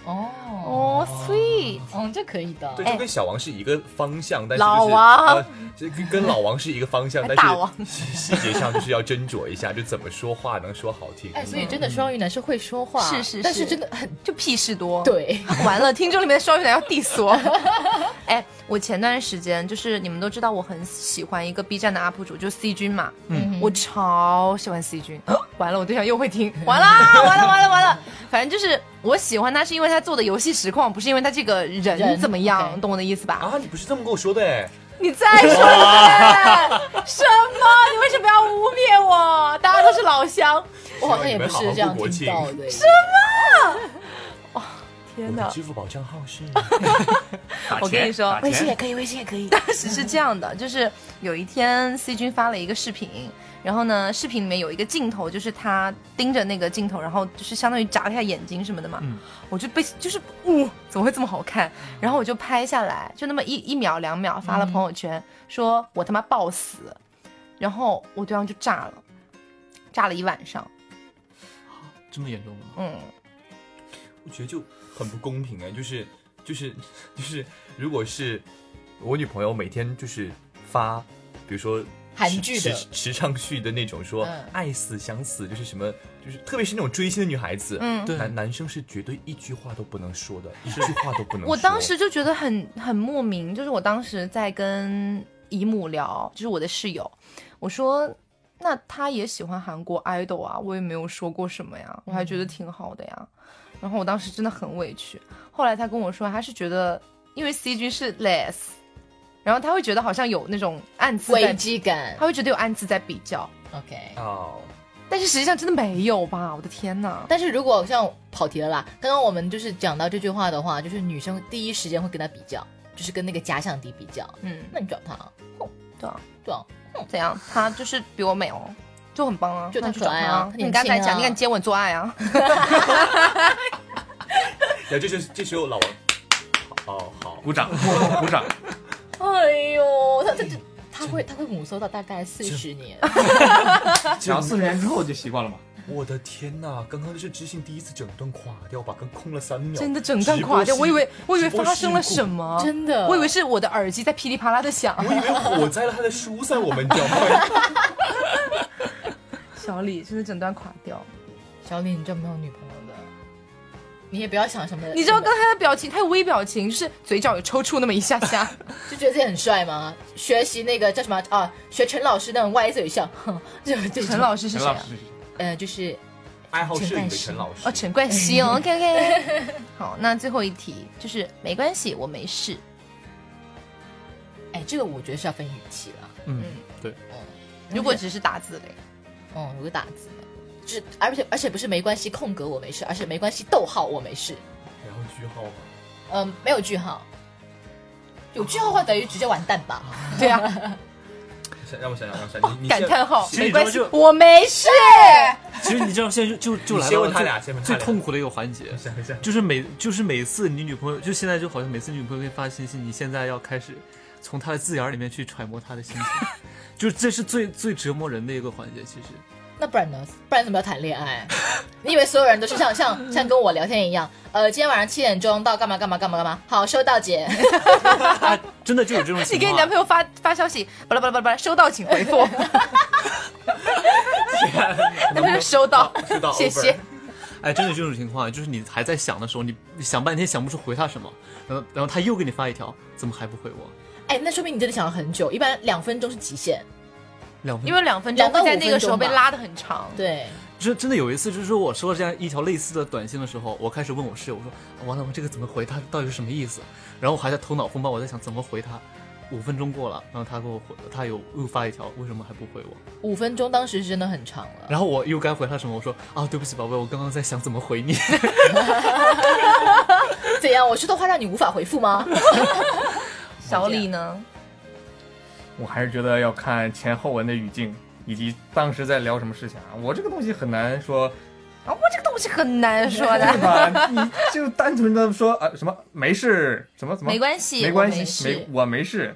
B: 哦，
A: 哦，sweet，
B: 嗯，这可以的。
D: 对，就跟小王是一个方向，但是、就是、
A: 哎老王
D: 呃就跟跟老王是一个
A: [LAUGHS]
D: 方向，
A: 还
D: 但
A: 大王
D: 是 [LAUGHS] 细细节上就是要斟酌一下，就怎么说话能说好听。
B: 哎，所以真的双鱼男是会说话，
A: 是是
B: 但是
A: 是
B: 真的很
A: 就屁事多。
B: 对，
A: [LAUGHS] 完了，听众里面的双鱼男要 diss 我。 [LAUGHS] 哎，我前段时间就是你们都知道，我很喜欢一个 B 站的 UP 主，就 C 君嘛，
B: 嗯
A: 我超喜欢 C 君。完了，我对象又会听，完啦，完了，完了，完了。反正就是我喜欢他，是因为他做的游戏实况，不是因为他这个人
B: 人
A: 怎么样，
B: ，OK
A: 懂我的意思吧？
D: 啊，你不是这么跟我说的哎，
A: 你再说一遍，什么？你为什么要污蔑我？大家都是老乡。
B: 我好像也不是这样
D: 希望你们好好过国
B: 听
D: 庆
B: 到的。是
A: 天
D: 我
A: 哪
D: 的！支付宝账号
B: [LAUGHS]
D: 是。
A: 我跟你说，
B: 微信也可以，微信也可以。
A: 当时 [LAUGHS] 是这样的，就是有一天 C 君发了一个视频，然后呢，视频里面有一个镜头，就是他盯着那个镜头，然后就是相当于眨了一下眼睛什么的嘛，
C: 嗯
A: 我就被就是，呜、怎么会这么好看？然后我就拍下来，就那么一一秒两秒发了朋友圈，说我他妈暴死，然后我对象就炸了，炸了一晚上，
C: 这么严重吗？
A: 嗯，
D: 我觉得就很不公平哎，就是就是就是，如果是我女朋友每天就是发，比如说
B: 韩剧的
D: 时时时尚剧的那种说、
B: 嗯
D: 爱死想死，就是什么就是特别是那种追星的女孩子，
A: 嗯
C: 对
D: 男男生是绝对一句话都不能说的，一句话都不能说。
A: 我当时就觉得很很莫名，就是我当时在跟姨母聊，就是我的室友，我说。那他也喜欢韩国 idol 啊，我也没有说过什么呀，我还觉得挺好的呀。然后我当时真的很委屈，后来他跟我说，他是觉得，因为 C 君是 less，然后他会觉得好像有那种暗自
B: 危
A: 在，
B: 机感
A: 他。会觉得有暗自在比较，
B: OK，
D: 哦，
A: 但是实际上真的没有吧？我的天哪！
B: 但是如果像跑题了啦，刚刚我们就是讲到这句话的话，就是女生第一时间会跟他比较，就是跟那个假想敌比较。
A: 嗯，
B: 那你找他，
A: 对啊，
B: 对啊，
A: 怎样？他就是比我美哦，就很棒啊，
B: 就
A: 那
B: 他
A: 去
B: 可
A: 找
B: 爱
A: 他
B: 啊他
A: 你
B: 年
A: 刚才
B: 轻
A: 讲，
B: 啊
A: 你敢接吻做爱啊？
D: 然后这就是这时候老王，哦
E: [LAUGHS]
D: 好，
E: 鼓
A: [LAUGHS]
E: 掌，鼓掌。
B: 哎呦，他他这他会他会母搜到大概四十年，
E: [LAUGHS] 然后四十年之后就习惯了嘛。
D: 我的天呐，刚刚就是知信第一次整段垮掉吧，刚空了三
A: [LAUGHS]
D: 秒，
A: 真的整段垮掉，
D: 直
A: 我
D: 播
A: 以
D: 系
A: 为我以为
D: 直播
A: 发生了
D: 事故
A: 什么，
B: 真的
A: 啊我以为是我的耳机在噼里啪啦的响。
D: [LAUGHS] 我以为火灾了，他在疏散我们，你知道
B: [LAUGHS]
D: 吗？
A: 小李真的整段垮掉，
B: 小李，你这没有女朋友的，你也不要想什么。
A: 你知道刚才的表情，他有微表情，就是嘴角有抽搐那么一下下。
B: 就觉得自己很帅吗？学习那个叫什么啊？学陈老师那种歪嘴笑， [LAUGHS] 哼就就
A: 陈老师是
E: 陈
A: 谁
E: 老
A: 啊？
E: 师，
B: 呃，就是
D: 爱好摄影的陈老师
A: 哦，，陈冠希哦，OK OK。好， [LAUGHS] 那最后一题就是没关系，我没事。
B: 哎，这个我觉得是要分语气了。
E: 嗯，
A: 如果只是打字嘞，
B: 嗯，有个打字的，就是而且而且不是没关系空格我没事，而且没关系逗号我没事，
D: 然后哎句号吗？啊
B: 嗯，没有句号。有句号的话等于直接完蛋吧？
A: 对啊，
D: 让我想想，让我
B: 哦
D: 想想，你你
A: 感
D: 先
A: 叹号，
C: 其实
A: 没
C: 你知道
A: 关系
C: 就，
A: 我没事。
C: 其实你知道现在就就就
D: 你
C: 来
D: 先
C: 到
D: 问
C: 了
D: 他俩先问
C: 最
D: 他
C: 最
D: 俩
C: 痛苦的一个环节，
D: 想一下，
C: 就是每就是每次你女朋友，就现在就好像每次女朋友给你发信息，你现在要开始从她的字眼儿里面去揣摩她的心情，就这是最最折磨人的一个环节。其实
A: [LAUGHS]
B: 那不然呢？不然怎么要谈恋爱？ [LAUGHS] 你以为所有人都是
E: [LAUGHS]
B: 像像像跟我聊天一样？呃，今天晚上七点钟到干嘛干嘛干嘛干嘛？好，收到
E: [LAUGHS]
B: 姐。
C: 啊，真的就有这种
A: 你
C: 情况。
A: 给你男朋友发发消息，巴拉巴拉巴拉巴拉，收到请回复。男朋友收到，
D: 知道，
A: [LAUGHS] 谢谢。。
C: 哎，真的这种情况，就是你还在想的时候，你你想半天想不出回他什么，然后然后他又给你发一条，怎么还不回我？
B: 哎，那说明你真的想了很久，一般两分钟是极限。
C: 两分钟
A: 因为两分钟
B: 两到
A: 会
B: 五
A: 在那个时候
B: 分
A: 被
B: 钟吧
A: 拉的很长。
B: 对，
C: 真真的有一次，就是我收到这样一条类似的短信的时候，我开始问我室友，我说啊完了，我这个怎么回他？到底是什么意思？然后我还在头脑风暴，我在想怎么回他。五分钟过了，然后他给我回，他有又发一条，为什么还不回我？
B: 五分钟当时是真的很长了。
C: 然后我又该回他什么？我说啊，对不起，宝贝，我刚刚在想怎么回你。 [LAUGHS]
B: 怎样？我说的话让你无法回复
E: [LAUGHS]
B: 吗？
A: 小李呢？
E: 我还是觉得要看前后文的语境以及当时在聊什么事情啊。我这个东西很
A: [LAUGHS]
E: 难说，
A: 啊，我这个东西很难说
B: [LAUGHS]
E: 对
A: 的。
E: 吧？你就单纯的说啊什么没事，什么什么
A: 没关系，
E: 没
A: 我
E: 关
A: 没
E: 系，没
A: 事。
E: 我没事。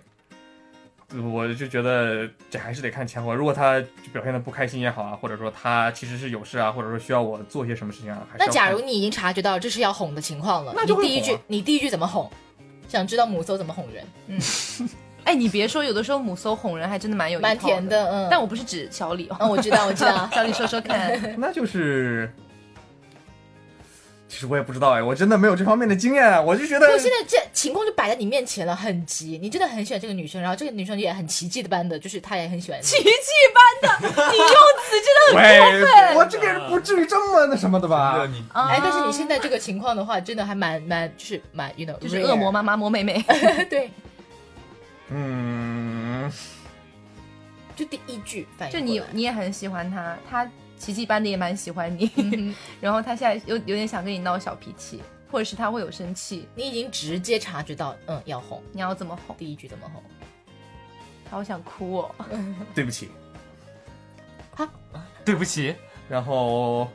E: 我就觉得这还是得看前后文。如果他表现的不开心也好啊，或者说他其实是有事啊，或者说需要我做些什么事情啊，还是
B: 那
E: 要
B: 假
E: 看
B: 如你已经察觉到这是要哄的情况了，
E: 那就
B: 你
E: 会
B: 第一
E: 哄
B: 句
E: 啊，
B: 你第一句怎么哄？想知道母搜怎么哄人，
A: 哎，你别说，有的时候母搜哄人还真的蛮有一
B: 蛮
A: 套
B: 甜的，嗯。
A: 但
E: [LAUGHS]
A: 我不是指小李
B: 嗯，
A: 哦，。
B: 我知道，我知道
A: [LAUGHS] 小李说说
B: [LAUGHS]
A: 看，
E: 那就是，其实我也不知道哎，我真的没有这方面的经验啊，我就觉得
B: 我现在这情况就摆在你面前了，很急。你真的很喜欢这个女生，然后这个女生也很奇迹的般的，就是她也很喜欢你。
A: 奇迹般的，你用词真
B: [LAUGHS]
A: 的很
E: 喂，我这个人不至于这么那什么的
D: 啊，
E: 吧？
D: 你
A: 啊
B: 哎，但是你现在这个情况的话，真的还蛮蛮，就是蛮，you know，
A: 就是
B: rare
A: 恶魔？妈妈魔妹妹， [LAUGHS]
B: 对，
E: 嗯，
B: 就第一句反应
A: 就你
B: 过来
A: 你也很喜欢他，他奇迹般的也蛮喜欢你，
B: 嗯哼
A: [LAUGHS] 然后他现在有有点想跟你闹小脾气，或者是他会有生气，
B: 你已经直接察觉到，嗯，要哄。
A: 你要怎么哄？
B: 第一句怎么哄？
A: 他好想哭哦，
E: 对不起，
C: 对不起，
E: 然后。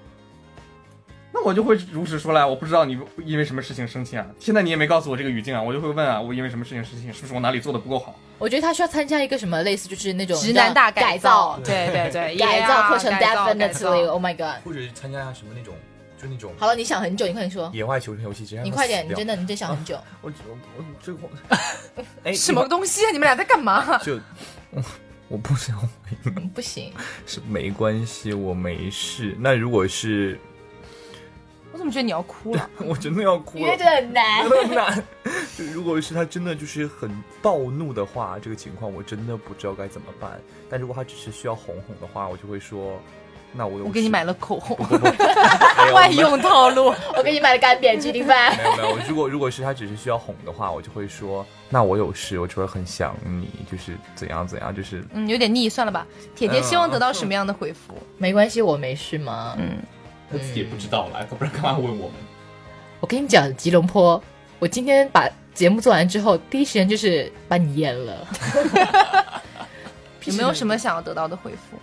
E: 那我就会如实说来，我不知道你因为什么事情生气啊。现在你也没告诉我这个语境啊，我就会问啊，我因为什么事情生气，是不是我哪里做的不够好？
B: 我觉得他需要参加一个什么类似就是那种
A: 直男大
B: 改
A: 造
B: 造，
A: 对对对，
B: [LAUGHS] 改造课程
A: yeah，改造改造
B: definitely oh my god。
D: 或者是参加下什么那种，就那种
B: 好了，你想很久，你快点说，
D: 野外求生游戏，直接让
B: 你
D: 他
B: 快点，你
D: 死掉
B: 真的你真想很久。
D: 我我我最后，
B: [LAUGHS]
D: 哎，
A: 什么东西啊？你们俩在干嘛？
D: 就？ [LAUGHS] 我不想回应，
B: 嗯不行，
D: 是没关系，我没事。那如果是， [LAUGHS]
A: 我怎么觉得你要哭了？
D: 我真的要哭了，
B: 很难。
D: 真的难。就如果是他真的就是很暴怒的话，这个情况我真的不知道该怎么办。但如果他只是需要哄哄的话，我就会说，那我有
A: 我给你买了口红， [LAUGHS]
D: 外
A: 惯用套路。
B: [LAUGHS] 我给你买了干煸鸡丁饭。 [LAUGHS]
D: 没有没有，如果如果是他只是需要哄的话，我就会说，那我有事，我只会很想你，就是怎样怎样，就是
A: 嗯，有点腻，算了吧。铁铁希望得到什么样的回复？嗯
B: 没关系，我没事嘛。
D: 他自己也不知道了，要不然干嘛问我们？
B: 我跟你讲，吉隆坡，我今天把节目做完之后，第一时间就是把你淹了。
A: [LAUGHS] 有没有什么想要得到的回复？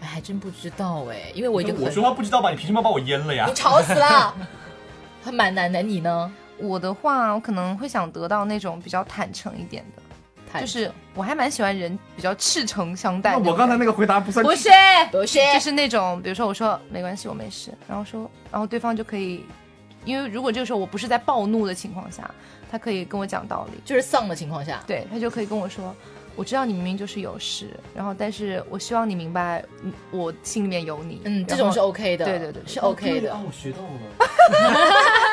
B: 哎，还真不知道哎，因为我已经很
D: 话不知道吧？你凭什么把我淹了呀
B: 你吵死了，还蛮难的。你呢？
A: 我的话，我可能会想得到那种比较坦诚一点的，
B: 太
A: 就是我还蛮喜欢人比较赤诚相待
E: 那
A: 的。
E: 我刚才那个回答不算
A: 不是，
B: 不是，
A: 就是那种，比如说我说没关系，我没事，然后说，然后对方就可以，因为如果这个时候我不是在暴怒的情况下，他可以跟我讲道理，
B: 就是丧的情况下，
A: 对他就可以跟我说，我知道你明明就是有事，然后但是我希望你明白，嗯我心里面有你。
B: 嗯，这
A: 然
B: 种
A: 后
B: 是 OK 的，
A: 对对嗯对对
B: 是 OK 的。
C: 哦我学到了。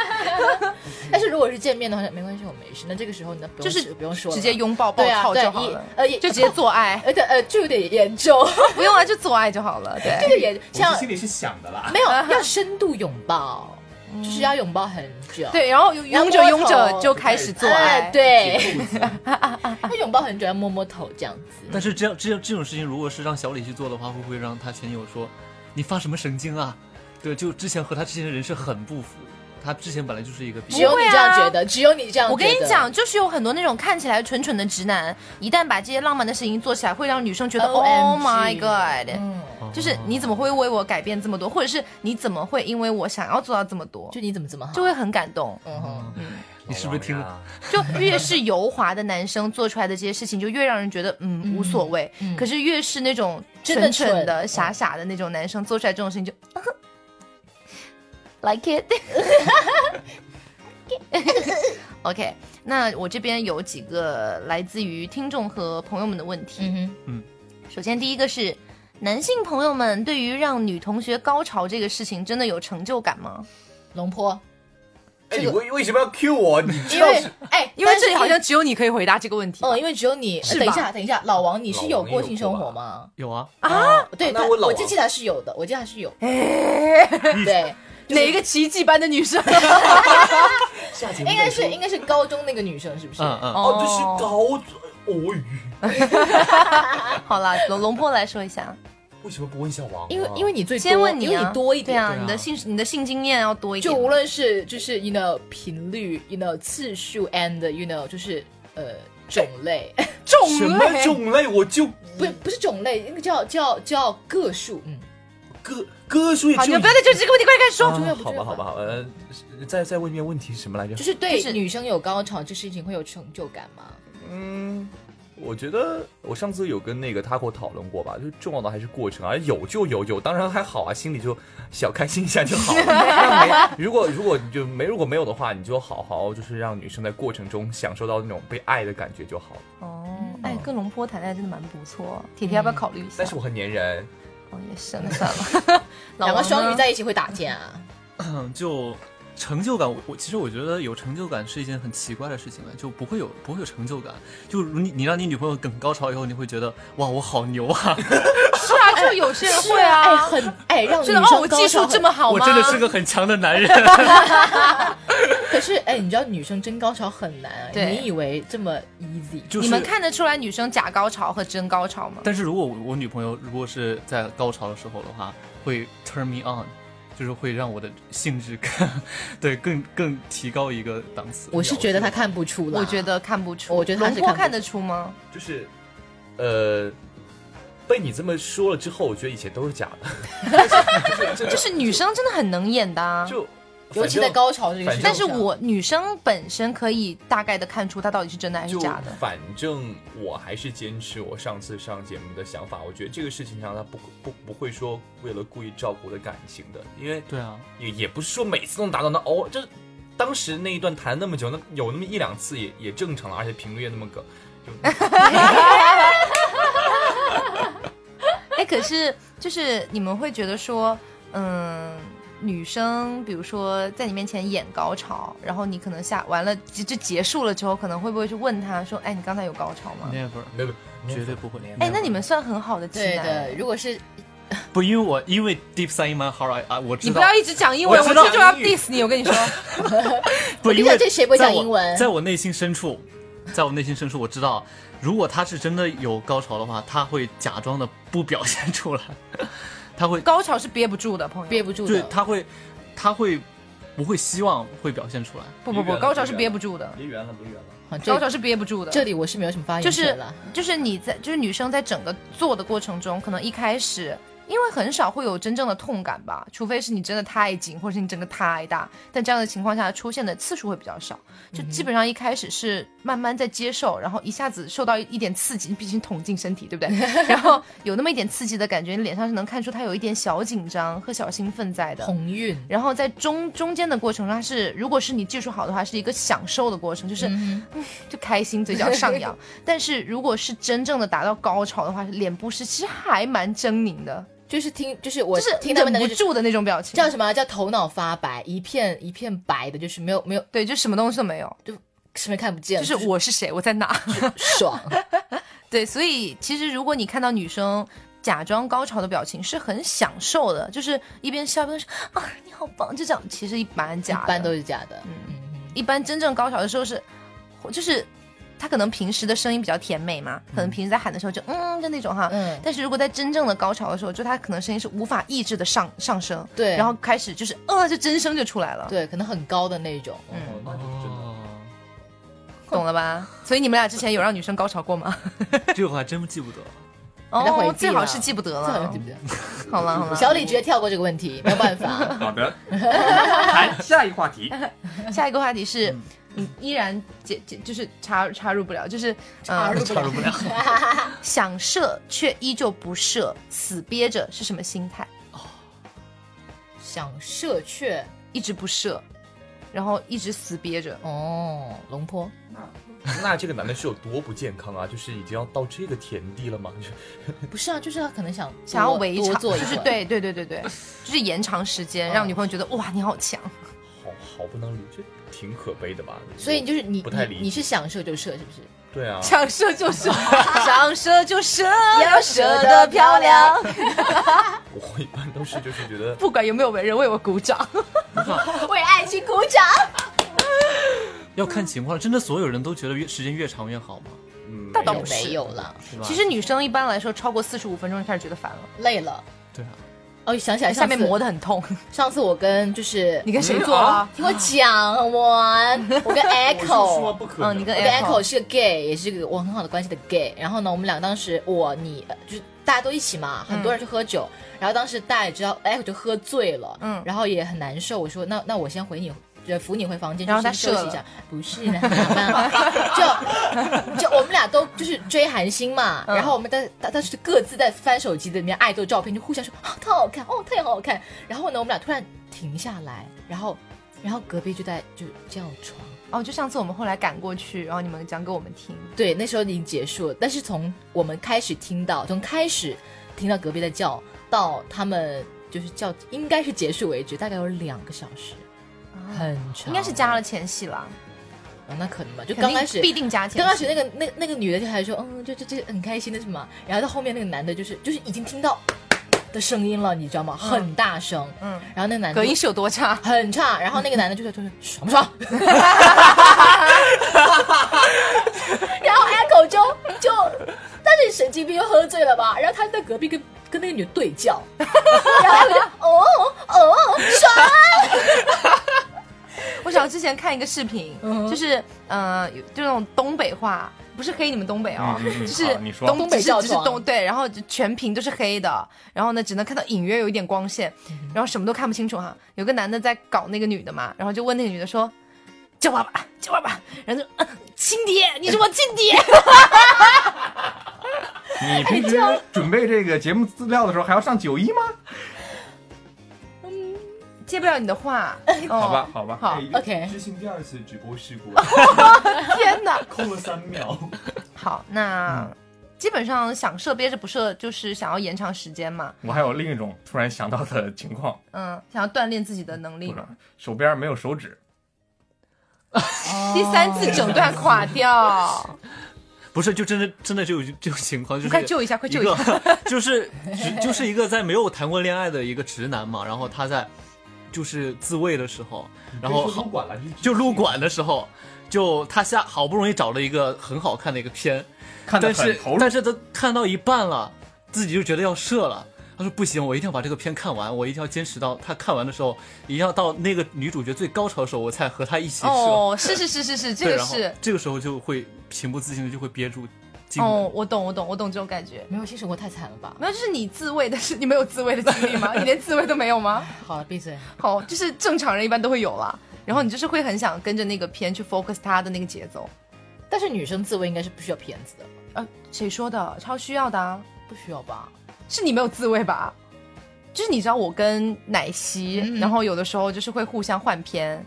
B: 但是如果是见面的话，没关系，我没事。那这个时候呢，不用
A: 就是
B: 不用说了，
A: 直接拥抱抱
B: 对啊
A: 靠
B: 对
A: 就好
B: 一
A: 了，
B: 呃也
A: 就直接做爱，
B: [LAUGHS]
A: [LAUGHS]
B: 呃对呃，就有点严重，
A: 不用啊，就做爱就好了。对，
B: [LAUGHS] 这个也像
D: 里是想的啦。
B: 没有要深度拥抱，就是要拥抱很久，
A: 对，然后拥着拥着就开始做爱，
B: 哎，， [LAUGHS] 对，要拥抱很久，要摸摸头这样子。
C: 但是这样这样这种事情，如果是让小李去做的话，会不会让他前女友说你发什么神经啊？对，就之前和他之前的人设很不符，他之前本来就是一个比
B: 只有
A: 不
B: 你
A: 会啊
B: 这样觉得，只有你这样觉得。
A: 我跟你讲，就是有很多那种看起来蠢蠢的直男，一旦把这些浪漫的事情做起来，会让女生觉得 Oh
B: OMG
A: my God，、
B: 嗯，
A: 就是你怎么会为我改变这么多，或者是你怎么会因为我想要做到这么多，
B: 就你怎么这么好？
A: 就会很感动。
B: 嗯哼，
C: 你是不是听？
A: 就越是油滑的男生做出来的这些事情，就越让人觉得嗯无所谓。可是越是那种
B: 真的
A: 蠢蠢的、
B: 蠢
A: 傻傻的那种男生做出来这种事情就，like it 。OK，那我这边有几个来自于听众和朋友们的问题。
B: 嗯哼，
A: 首先第一个是。男性朋友们对于让女同学高潮这个事情，真的有成就感吗？
B: 龙坡，
D: 哎，你为为什么要 Q 我？你知
B: 因
D: 道
B: 为
D: 是
B: 哎，
A: 因为
B: 但是
A: 这里好像只有你可以回答这个问题。
B: 嗯，因为只有你。
A: 是吧
B: 等一下，等一下，老王，你是有
D: 老王也有
B: 过性生活吗？
C: 有啊，
B: 啊，对，
D: 那
B: 他
D: 我
B: 我
D: 老王
B: 记记得是有的，我记得他是有。
A: 哎
B: 对，
A: [LAUGHS] 哪一个奇迹般的女 [LAUGHS] 生？
B: 应该是应该是高中那个女生，是不是？
C: 嗯嗯，
D: 哦，就是高中哦语，
A: 好啦，龙龙波来说一下，
D: 为什么不问一下王啊？
B: 因为因为你最多
A: 先问你、啊，
B: 因为你多一
A: 对
B: 点。
A: 啊，你的性你的性经验要多一点，
B: 就无论是就是 you know 频率，you know 次数，and you know 就是呃种类，
D: 什
A: 哎
D: 么种类我就
B: [LAUGHS] 不是不是种类，那个叫叫叫个数，嗯，
D: 哥哥说也
A: 好，
D: 就
A: 你们不要再就这个问题，快点说。
B: 重要
D: 啊
B: 不
D: 好
B: 重要
D: 吧好吧好吧，呃，再再问一遍问题是什么来着
B: 就？是对
A: 就是
B: 女生有高潮这事情会有成就感吗？
D: 嗯，我觉得我上次有跟那个他给我讨论过吧，就是重要的还是过程啊，有就有，有当然还好啊，心里就小开心一下就
B: [LAUGHS]
D: 好了。没如果如果你就没如果没有的话，你就好好就是让女生在过程中享受到那种被爱的感觉就好了。
A: 哦，
B: 嗯
A: 哎，跟龙波谈恋爱真的蛮不错，铁铁要不要考虑一下？
D: 但是我很粘人，
A: 哦也是，那算了。
B: [LAUGHS]
A: 老
B: 两个
A: 王呢
B: 双鱼在一起会打架啊？
C: 嗯就成就感，我我其实我觉得有成就感是一件很奇怪的事情哎，就不会有不会有成就感。就如你你让你女朋友梗高潮以后，你会觉得哇我好牛啊，
A: 是啊，就有些人会
B: 哎，
A: 啊，
B: 很哎，让女
A: 觉
B: 生
A: 得哦，我
B: 高
A: 技术
B: 潮
A: 这
B: 很
A: 么好
C: 我
A: 吗？
C: 真的是个很强的男人。
B: 可是哎，你知道女生真高潮很难啊，
A: 对
B: 你以为这么 easy？
C: 就
A: 你
C: 是
A: 们看得出来女生假高潮和真高潮吗？
C: 但是如果我我女朋友如果是在高潮的时候的话，会 turn me on，就是会让我的性质更 [LAUGHS] 对更更提高一个档次。
B: 我是觉得她看不出来，
A: 我觉得看不出，
B: 啊我觉得他
A: 龙
B: 是
A: 波
B: 看不
A: 看得出吗？
D: 就是呃，被你这么说了之后，我觉得以前都是假的， [LAUGHS]
B: [LAUGHS]
D: 就是
A: 就是女生真的很能演的啊。
D: 就
B: 尤其在。高潮这个事情上，
A: 但是我女生本身可以大概的看出她到底是真的还是
D: 就
A: 假的。
D: 反正我还是坚持我上次上节目的想法，我觉得这个事情上他不不不会说为了故意照顾我的感情的，因为
C: 对啊，
D: 也也不是说每次都能达到那哦，这当时那一段谈那么久，那有那么一两次也也正常了，而且频率也那么高，就
A: [LAUGHS] 哎，可是就是你们会觉得说，嗯，女生比如说在你面前演高潮，然后你可能下完了就就结束了之后，可能会不会去问她说，哎，你刚才有高潮吗？哎
C: never
D: 没有
C: 绝对不会。
A: 哎，那你们算很好的直
B: 对
A: 男。
B: 的，如果是
C: 不，因为我因为 deep s i n in my heart，I- 啊，我
F: 你
C: 知
F: 不
C: 道
F: 要，一直讲英文，
C: 我
F: 我
C: 知道
F: 这就要
C: 英语
F: diss 你。我跟你说，
C: 不，
B: 跟你
C: 因
B: 讲
C: 为
B: 这谁不会
C: 在
B: 讲
C: 我
B: 英文
C: 在我内心深处，在我内心深处，我知道，如果他是真的有高潮的话，他会假装的不表现出来，他会，
F: 高潮是憋不住的，朋友。
B: 憋不住
C: 对
B: 的，。
C: 他会，他会不会希望会表现出来？
F: 不不不，高潮是憋不住的，
D: 离远了，离远了。
B: 好
F: 高
B: 这
F: 潮是憋不住的。
B: 这里我是没有什么发
A: 就
B: 言
A: 是
B: 权了。
A: 就是你在就是女生在整个做的过程中，可能一开始因为很少会有真正的痛感吧，除非是你真的太紧，或者是你整个太大，但这样的情况下出现的次数会比较少，就基本上一开始是慢慢在接受，然后一下子受到一点刺激，毕竟捅进身体，对不对？然后有那么一点刺激的感觉，你脸上是能看出她有一点小紧张和小兴奋在的。
B: 鸿运，
A: 然后在中中间的过程中，它是如果是你技术好的话，是一个享受的过程，就是
B: 嗯哼
A: [LAUGHS] 就开心，嘴角上
B: [LAUGHS]
A: 扬。但是如果是真正的达到高潮的话，脸部是其实还蛮狰狞的，
B: 就是听，就是我
A: 就是
B: 听他
A: 忍
B: 们的
A: 不
B: 就是
A: 住的那种表情
B: 叫。什么叫头脑发白，一片一片白的，就是没有没有
A: 对，就什么东西都没有，
B: 什么看不见，
A: 就是我是谁，我在
B: [LAUGHS]
A: 哪？
B: 爽。
A: 对，所以其实如果你看到女生假装高潮的表情，是很享受的，就是一边笑一边说啊你好棒，就这样，其实蛮假的。
B: 一般都是假的。
A: 嗯
B: 嗯，
A: 一般真正高潮的时候是，就是她可能平时的声音比较甜美嘛，可能平时在喊的时候就嗯就那种哈，
B: 嗯
A: 但是如果在真正的高潮的时候，就她可能声音是无法抑制的上上升，
B: 对
A: 然后开始就是呃，就真声就出来了，
B: 对，可能很高的那种。
A: 嗯
D: 哦，那就是真的。
A: 懂了吧？所以你们俩之前有让女生高潮过
B: [LAUGHS]
A: 吗？
C: [LAUGHS] 这个我还真记不得了。
B: 家回避
A: 哦
B: 了，
A: 最好是记不得
B: 这好像
A: 了
B: 记。不得
A: 好了好了，
B: 小李直接跳过这个问题，没有办法。
E: 好 [LAUGHS] 的，谈下一话题。
B: 嗯
A: 下一个话题是。你依然解解就是插插入不了，就是呃
E: [LAUGHS]
B: 插
C: [LAUGHS]
B: 入不了。
A: 想射却依旧不射，死憋着是什么心态？
B: 想射却
A: 一直不射，然后一直死憋着。
B: 哦，龙坡
D: 那这个男的是有多不健康啊？就是已经要到这个田地了吗？就是
B: 不是啊，就是他可能想
A: 想要
B: 多
A: 维
B: 多
A: 长，
B: 做
A: 就
B: 一
A: 是
B: 会儿，
A: 对对对对对，就是延长时间，
B: 嗯
A: 让女朋友觉得哇你好强。
D: 好好不能理，这挺可悲的吧？
B: 所以就是你
D: 不太
B: 你
D: 理解
B: 你是想射就射是不是？
D: 对啊，
A: 想射就射， [LAUGHS] 想射就射，
B: 要射得漂亮。
D: 我一般都是就是觉得
A: 不管有没有文人为我鼓
B: [LAUGHS]
A: 掌，
B: 为爱情鼓掌。
C: 要看情况，真的所有人都觉得越时间越长越好吗？
D: 嗯，
A: 那倒
D: 没
A: 不
D: 有
A: 是
B: 没有了，
C: 是吧？
A: 其实女生一般来说超过四十五分钟就开始觉得烦了，
B: 累了。
C: 对啊，
B: 哦，想起来
A: 下
B: 上次
A: 面磨得很
B: [LAUGHS]
A: 痛。
B: 上次我跟就是
A: 你跟谁做啊？
B: 听我讲完，我跟
D: [LAUGHS] 我是说
B: Echo。
D: 不可能。
A: 嗯，你跟
B: 我跟
A: Echo
B: Echo 是个 gay，也是个我很好的关系的 gay。然后呢，我们俩当时我你呃就是大家都一起嘛，很多
A: 嗯
B: 人去喝酒。然后当时大家也知道 Echo 就喝醉了，
A: 嗯
B: 然后也很难受。我说那那我先回你。就扶你回房间，
A: 然后
B: 就
A: 他
B: 先休
A: 射
B: 息一
A: 了
B: 下。不是的，怎么办就就我们俩都就是追韩星嘛，
A: 嗯
B: 然后我们在当当时各自在翻手机的里面爱豆照片，就互相说啊，他好看哦，他也好好看。然后呢，我们俩突然停下来，然后然后隔壁就在就叫床。
A: 哦，就上次我们后来赶过去，然后你们讲给我们听，
B: 对，那时候已经结束了，但是从我们开始听到，从开始听到隔壁在叫，到他们就是叫，应该是结束为止，大概有两个小时，很长，
A: 啊应该是加了前戏啦，
B: 哦，那可能吧，就
A: 肯定
B: 哦刚开始
A: 必。定加前戏。
B: 刚开始那个那那个女的就还说，嗯，就就就很开心的什么，然后到后面那个男的，就是就是已经听到的声音了，你知道吗？很大声，嗯，然后那个男的
A: 隔
B: 就
A: 音是有多差？
B: 很差，然后那个男的就说：“就是 [LAUGHS] 爽不爽？”然后 Echo 就就，但是神经病又喝醉了吧？然后他在隔壁跟跟那个女的对叫， [LAUGHS] 然后 Echo 就哦哦爽，
A: 我想之前看一个视频，
B: 嗯
A: 就是呃，有就那种东北话，不是黑你们东北哦，
E: 嗯嗯嗯
A: 就是
E: 好你说
A: 东
B: 东北
A: 只是
B: 叫
A: 只是
B: 床
A: 东对，然后就全屏都是黑的，然后呢只能看到隐约有一点光线，
B: 嗯
A: 然后什么都看不清楚哈。有个男的在搞那个女的嘛，然后就问那个女的说。叫爸爸，叫爸爸，然后就、嗯亲爹，你是我亲
E: [LAUGHS]
A: 爹，
E: 你平时准备这个节目资料的时候还要上九一吗？
A: 接不了你的话，哦、
E: [LAUGHS] 好吧，，好吧。
A: 好，
D: 哎
B: OK
D: 执行第二次直播事故，
A: 哦天哪，
D: 空了三秒。
A: 好，那、基本上想射憋着不射，就是想要延长时间嘛，
E: [LAUGHS] 我还有另一种突然想到的情况，
A: 嗯，想要锻炼自己的能力
E: 不是
A: 嘛。
E: 手边没有手指，
A: 第三次整段垮掉，
C: 不是，就真的真的就有这种情况，就是
A: 快救一下， [LAUGHS] 快
C: 一
A: 救一下！
C: 个就是直就是一个在没有谈过恋爱的一个直男嘛，然后他在就是自慰的时候，然后
E: 不
C: 好
E: 管了，
C: 就撸管的时候，就他下好不容易找了一个很好看的一个片，
E: 看得
C: 但
E: 很
C: 是
E: 投入。
C: 但是他看到一半了，自己就觉得要射了。他说不行，我一定要把这个片看完，我一定要坚持到他看完的时候，一定要到那个女主角最高潮的时候，我才和他一起射。
A: 哦，是是是是是，这
C: 对，
A: 个
C: 然后
A: 是。
C: 这个时候就会情不自禁的就会憋住精子。
A: 哦，我懂，我懂，我懂这种感觉。
B: 没有性生活太惨了吧？
A: 没有，就是你自慰，但是你没有自慰的经历吗？你连自慰都没有吗？
B: 好了，闭嘴。
A: 好，就是正常人一般都会有啦。然后你就是会很想跟着那个片去 focus 它的那个节奏。
B: 但是女生自慰应该是不需要片子的，
A: 呃，谁说的？超需要的啊！
B: 不需要吧？
A: 是你没有自慰吧？就是你知道我跟奶昔，
B: 嗯
A: 然后有的时候就是会互相换片，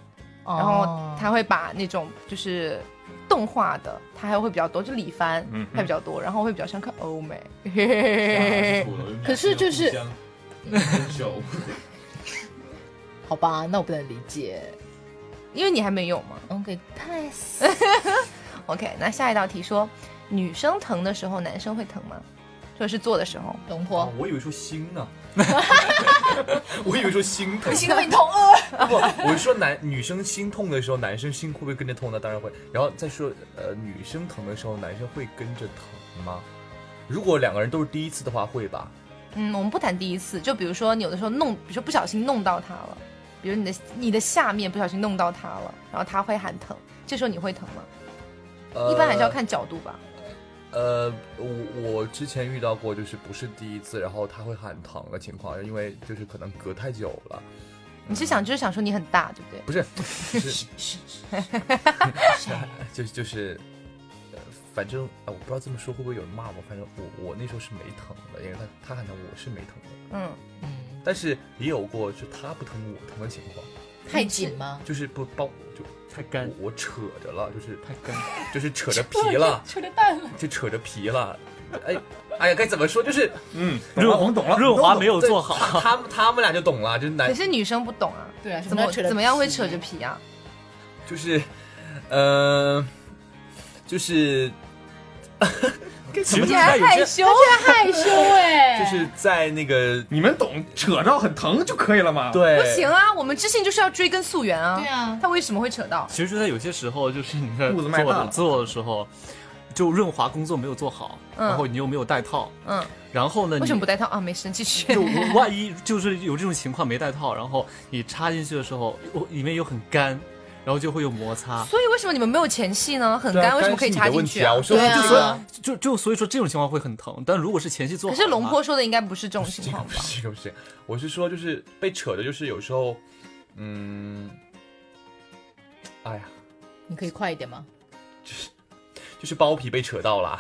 B: 哦
A: 然后
B: 他
A: 他会把那种就是动画的，他还会比较多，就李帆还比较多，然后会比较想看欧美。嘿嘿
E: 啊
B: 啊
A: 嘿嘿嘿
B: 可是
D: 啊
B: 就是
D: 分手，
B: 好吧，那我不能理解。
A: [LAUGHS] 因为你还没有嘛。
B: OK pass。 [LAUGHS]
A: OK，那下一道题说，女生疼的时候，男生会疼吗？说是做的时候，
B: 龙
D: 哦
B: 婆，
D: 我以为说心呢， [LAUGHS] 我以为说心疼
B: 不，行，胃痛饿。
D: [LAUGHS] 不，我是说男女生心痛的时候，男生心会不会跟着痛呢？当然会。然后再说，呃，女生疼的时候，男生会跟着疼吗？如果两个人都是第一次的话，会吧？
A: 嗯，我们不谈第一次，就比如说你有的时候弄，比如说不小心弄到他了，比如你的你的下面不小心弄到他了，然后他会喊疼，这时候你会疼吗？
D: 呃
A: 一般还是要。看角度吧。
D: 呃，我我之前遇到过，就是不是第一次，然后他会喊疼的情况，因为就是可能隔太久了，
A: 你是想就是想说你很大，对不对？
D: 不是， [LAUGHS] 就是就就是，呃，反正啊、我不知道这么说会不会有人骂我，反正我我那时候是没疼的，因为他他喊疼我是没疼的，
A: 嗯，
B: 嗯
D: 但是也有过就他不疼我疼的情况。
B: 太紧吗？，
D: 就是不包就
C: [LAUGHS] 太干
D: 我我扯着了，就是
C: 哎 [LAUGHS] 太干，
D: 就是扯着皮了
B: 扯着蛋了。
D: 就扯着皮了。哎，哎呀，该怎么说？
C: [LAUGHS]
D: 就是
E: 嗯，
C: 润
E: 我们懂了，
C: 润
E: 我
C: 滑
E: 们
C: 没
E: 懂了
C: 有做好， [LAUGHS]
D: 他们他们俩就懂了，就是
A: 可
D: 男
A: 是女生不懂啊，
B: 对啊，什
A: 怎么
B: 叫扯着
A: 怎么样会
B: 皮
A: 扯着？皮啊？
D: 就是，呃，就是
C: 其实
A: 你还
C: 有
A: 害
C: 些
A: 羞？啊
B: 害羞哎，
D: 就是在那个
E: 你们懂，扯着很疼就可以了嘛。，
D: 对
A: 不行啊，我们知性就是要追根溯源啊。
B: 对啊
A: 他为什么会扯到？
C: 其实就在有些时候，就是你
A: [LAUGHS]
C: 在
E: 肚
C: 做
E: 子卖大
C: 的
E: 了
C: 做的时候，就润滑工作没有做好，
A: 嗯
C: 然后你又没有带套，
A: 嗯，
C: 然后呢，你
A: 为什么不带套啊？没事，继续。
C: 就 [LAUGHS] 万一就是有这种情况没带套，然后你插进去的时候，我里面又很干，然后就会有摩擦。
A: 所以为什么你们没有前戏呢？很
D: 对啊
A: 干，为什么可以
D: 干是你
A: 插
D: 的问
A: 进
D: 题
A: 去
D: 啊？我说
B: 对啊
D: 就
B: 对
D: 说
B: 啊
C: 就就所以说这种情况会很疼，但如果是前期做
A: 可
C: 好
A: 是
C: 的
A: 龙
C: 话
A: 坡说的应该不是这种情
D: 这个
A: 况
D: 啊不
A: 吧？
D: 是这个不是，我是说就是被扯着，就是有时候，嗯，哎呀，
B: 你可以快一点吗？
D: 就是包皮被扯到了，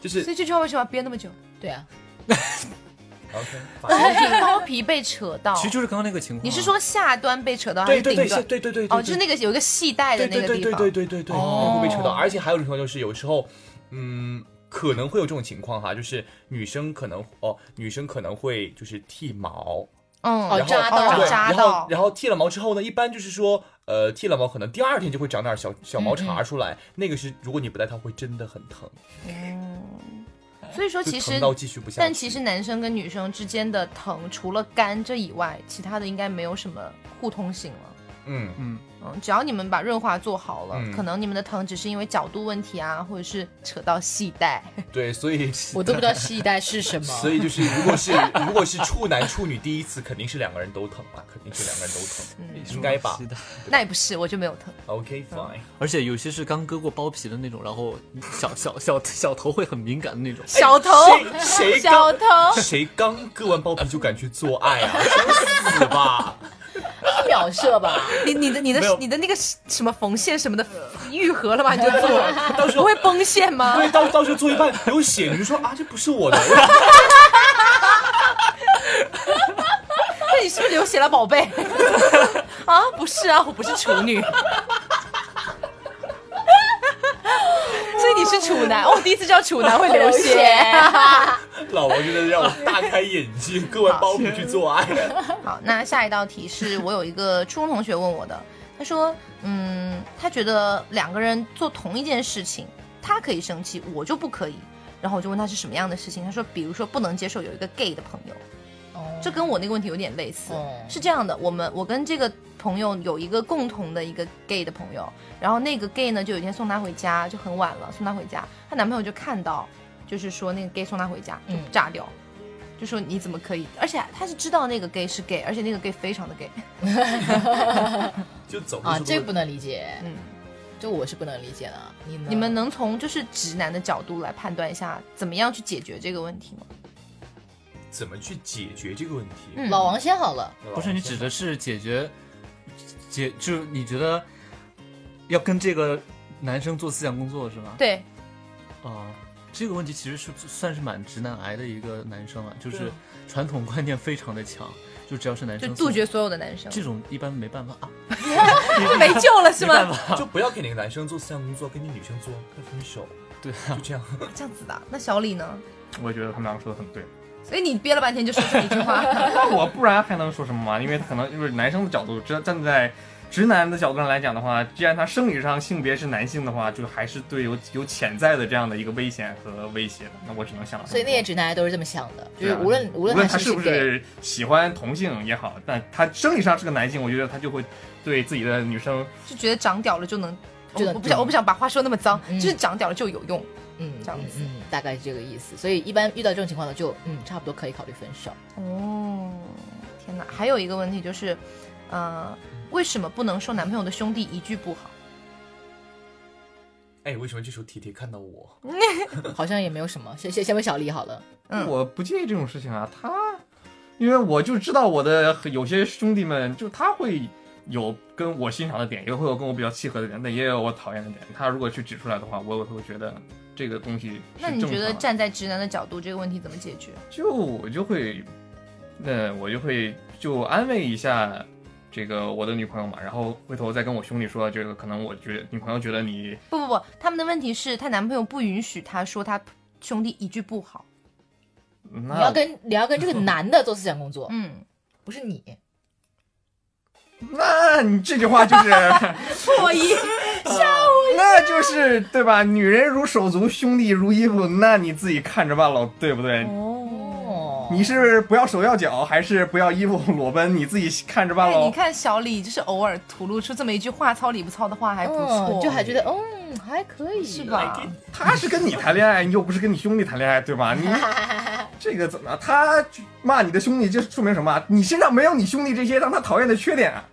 D: 就是
A: 所以这句话为什么要憋那 [LAUGHS] 么久？
B: 对啊，
D: OK，
A: 包皮包皮被扯到
C: 其，实就是刚刚那个情况啊。
A: 你是说下端被扯到还
D: 对
A: 是
D: 对
A: 顶
D: 对是
A: 端？
D: 对对对对
A: 哦，
D: 对
A: 就是那个有一个系带的
D: 对
A: 那
D: 对
A: 个地
D: 对
A: 方。
D: 对对对对，那会被扯到。而且还有一种情况就是，有时候，嗯，可能会有这种情况哈，就是女生可能哦，女生可能会就是剃毛，
A: 嗯，
B: 哦
D: 然后
B: 扎到
D: 对
A: 哦扎
D: 然后
A: 到
D: 然后剃了毛之后呢，一般就是说，呃，剃了毛可能第二天就会长点小小
A: 嗯
D: 毛茬出来，那个是如果你不戴套会真的很疼，
A: 所以说
D: 就
A: 其实
D: 疼到继续不下去。
A: 但其实男生跟女生之间的疼，除了干这以外，其他的应该没有什么互通性了。
D: 嗯，
A: 嗯，只要你们把润滑做好了，
D: 嗯
A: 可能你们的疼只是因为角度问题啊，或者是扯到系
D: [LAUGHS]
A: 带。
D: 对，所以。
B: 我都不知道系带是什么。
D: 所以就是，如果是如果是处男处女第一次，肯定是两个人都疼啊，肯定是两个人都
A: 嗯
D: 疼。应该吧
C: 是的
A: 那也不是，我就没有疼。
D: OK
A: 嗯
D: fine，
C: 而且有些是刚割过包皮的那种，然后小小小小头会很敏感的那种。
A: 小头， [LAUGHS]
D: 谁谁
A: 小
D: 刚
A: 头，
D: 谁刚割完包皮就敢去做爱啊？想死
A: [LAUGHS]
D: 吧！
B: 是秒射吧？
A: 你你的你
D: 没有
A: 的你的那个什么缝线什么的愈合了吧？你就
D: [LAUGHS]
A: 做，
D: 到时
A: 不
D: 候
A: 会崩线吗？
D: 对，到到时候做一半有血，你就说啊，这不是我的。
A: 那你是不是流血了，宝 [LAUGHS] 贝？啊，不是啊，我不是处 [LAUGHS] 女。所以你是处男，哦，我第一次知道处男会 [LAUGHS] [LAUGHS] 流血。
D: 老王真的让我大开眼界，割完包皮去做爱。
A: 好，那下一道题是我有一个初中同学问我的，他说，嗯，他觉得两个人做同一件事情，他可以生气，我就不可以。然后我就问他是什么样的事情，他说，比如说不能接受有一个 gay 的朋友，
B: 哦
A: 这跟我那个问题有点类似。
B: 哦
A: 是这样的，我们我跟这个朋友有一个共同的一个 gay 的朋友，然后那个 gay 呢，就有一天送她回家，就很晚了，送她回家，她男朋友就看到，就是说那个 gay 送她回家就
B: 嗯
A: 炸掉，就说你怎么可以？而且他是知道那个 gay 是 gay，而且那个 gay 非常的 gay，
D: 就走路
B: 啊，
D: 是不
B: 这
D: 是
B: 个不能理解，
A: 嗯，
B: 这我是不能理解的。啊你呢
A: 你们能从就是直男的角度来判断一下，怎么样去解决这个问题吗？
D: 怎么去解决这个问题？
A: 嗯
B: 老王先好了，
D: 对吧
C: 不是你指的是解决解，就是你觉得要跟这个男生做思想工作是吗？
A: 对，
C: 哦、这个问题其实是算是蛮直男癌的一个男生了，就是
B: 对
C: 传统观念非常的强，就只要是男
A: 就
C: 生
A: 杜绝所有的男生，
C: 这种一般没办法啊，
A: [LAUGHS] 没救了是
C: 没办
A: 吗？
C: 法， [LAUGHS]
D: 就不要给那个男生做思想工作，跟你女生做，快分手，
C: 对
D: 就这样。
A: 这样子的，那小李呢？
E: 我也觉得他们两个说的很对。
A: 所以你憋了半天就说这么一句话，
E: 那我不然还能说什么嘛？因为他可能就是男生的角度，站站在直男的角度上来讲的话，既然他生理上性别是男性的话，就还是对有有潜在的这样的一个危险和威胁的。那我只能想
A: 嗯
E: 到这么多，
B: 所以那些直男癌都是这么想的，就
E: 对
B: 是
E: 啊
B: 无论无
E: 无
B: 论
E: 论
B: 他
E: 是
B: 是
E: 不
B: 不是 gay，
E: 是喜欢同性也好，但他生理上是个男性，我觉得他就会对自己的女生
A: 就觉得长屌了就能，嗯
B: 就能
A: 我不想我不想把话说那么脏，
B: 嗯
A: 就是长屌了就有用。
B: 嗯，
A: 这样
B: 嗯
A: 子
B: 嗯，大概是这个意思。所以一般遇到这种情况呢，就嗯，差不多可以考虑分手。
A: 哦，天哪！还有一个问题就是，呃，为什么不能说男朋友的兄弟一句不好？
D: 哎，为什么这时候铁铁看到我？
B: 好像也没有什么，先先先问小李好了。
A: 嗯
E: 我不介意这种事情啊，他，因为我就知道我的有些兄弟们，就他会有跟我欣赏的点，也会有跟我比较契合的点，但也有我讨厌的点。他如果去指出来的话，我我会觉得这个东西是
A: 那你
E: 正
A: 觉得
E: 常的
A: 站在直男的角度，这个问题怎么解决？
E: 就我就会，那我就会就安慰一下这个我的女朋友嘛，然后回头再跟我兄弟说，这个可能我觉得女朋友觉得你
A: 不不不，他们的问题是她男朋友不允许她说她兄弟一句不好。
E: 那
B: 你要跟你要跟这个男的做思想工作，
A: 啊嗯，
B: 不是你。
E: 那你这句话就是
A: 破译。
E: [LAUGHS] 那就是对吧？女人如手足，兄弟如衣服，那你自己看着办喽，对不对？
A: 哦。
B: 哦，
E: 你是不要手要脚，还是不要衣服裸奔？你自己看着办
A: 哎，你
E: 喽。
A: 看小李，就是偶尔吐露出这么一句话糙理不糙的话，哦还不错，
B: 嗯就还觉得嗯还可以，
A: 是？吧？
E: 他是跟你谈恋爱，又不是跟你兄弟谈恋爱，对吧？你
A: [LAUGHS]
E: 这个怎么？他骂你的兄弟，这说明什么？你身上没有你兄弟这些让他讨厌的缺点啊，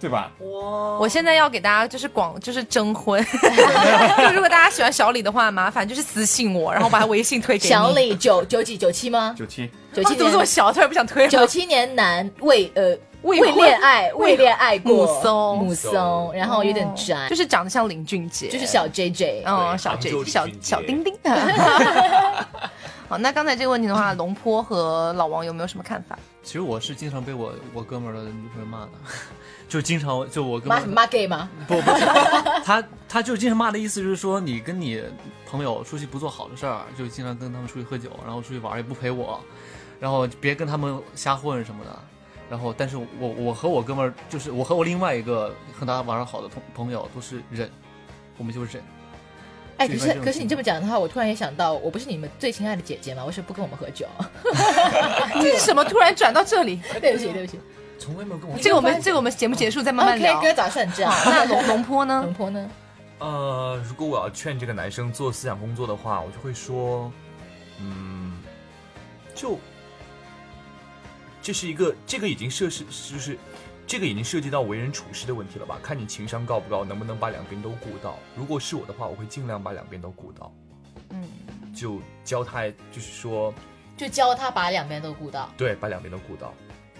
E: 对吧？
A: 哦我现在要给大家就是广就是征婚， [LAUGHS] 就如果大家喜欢小李的话，麻烦就是私信我，然后我把他微信推给你。
B: 小李九九几九七吗？
E: 九七，
B: 九
A: 啊
B: 七
A: 怎么这么
B: 年
A: 小？突然不想
B: [LAUGHS]
A: 推
B: 九
A: 了。
B: 七年男为呃
A: 未
B: 为恋爱为恋爱过
A: 母松
B: 母松，嗯然后有点宅，
A: 哦就是长得像林俊杰，
B: 就是小 J J，
A: 嗯
D: 对
A: 小
D: 杭
A: J
D: 州林
A: 小
D: 俊杰
A: 小丁丁。 [LAUGHS] 好，那刚才这个问题的话，龙坡和老王有没有什么看法？
C: 其实我是经常被我我哥们儿的女朋友骂的， [LAUGHS] 就经常就我哥们
B: 妈
C: 儿
B: 妈 gay 吗？
C: 不不是，他他就经常骂的意思就是说，你跟你朋友出去不做好的事儿，就经常跟他们出去喝酒，然后出去玩儿也不陪我，然后别跟他们瞎混什么的。然后，但是我我和我哥们儿，就是我和我另外一个和他玩的好的同朋友，都是忍，我们就忍。
B: 哎，
C: 就
B: 可
C: 一般
B: 是
C: 这种
B: 可是你
C: 情
B: 这么讲的话，我突然也想到，我不是你们最亲爱的姐姐吗？为什么不跟我们喝酒？
A: 这是什么？突然转到
B: [LAUGHS]
A: 这里，
B: 对不起，对不起，
D: 哎从来没有跟我
A: 这个我们这个我们节目结束再慢慢
B: OK，
A: 聊。
B: 哥打算这样。
A: 那龙龙坡呢
B: 龙？坡呢？
D: 呃，如果我要劝这个男生做思想工作的话，我就会说，嗯，就这是一个，这个已经涉是就是，这个已经涉及到为人处事的问题了吧？看你情商高不高，能不能把两边都顾到。如果是我的话，我会尽量把两边都顾到，
A: 嗯，
D: 就教他，就是说，
B: 就教他把两边都顾到。
D: 对，把两边都顾到。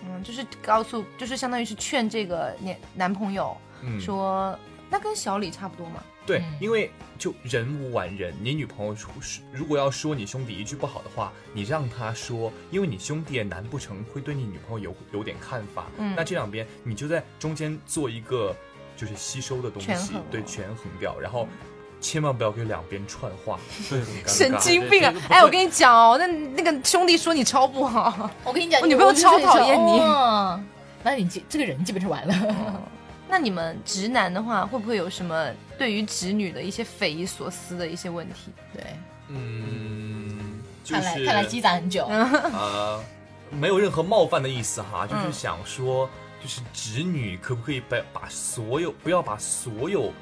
A: 嗯，就是告诉，就是相当于是劝这个男男朋友
D: 嗯，
A: 说，那跟小李差不多嘛。
D: 对
B: 嗯，
D: 因为就人无完人，你女朋友出如果要说你兄弟一句不好的话，你让她说，因为你兄弟也难不成会对你女朋友有有点看法，
A: 嗯
D: 那这两边你就在中间做一个就是吸收的东
A: 权
D: 西
B: 嗯
A: 衡，
D: 对，权衡掉，然后千万不要给两边串话，
B: 嗯
D: 对，很尴尬
A: [LAUGHS] 神经病啊 [LAUGHS]
C: 对这个！不
A: 哎，
C: 会
A: 我跟你讲哦，那那个兄弟说你超不好，
B: 我跟你讲，
A: 我女朋友超讨厌你
B: 哦那你这这个人基本上完了。 [LAUGHS]
A: 那你们直男的话，会不会有什么对于直女的一些匪夷所思的一些问题？
B: 对，
D: 嗯，就
B: 看来
D: 是
B: 看来积攒很久。
D: 呃，没有任何冒犯的意思哈，就是想说，就是直女可不可以把把所有不要把所有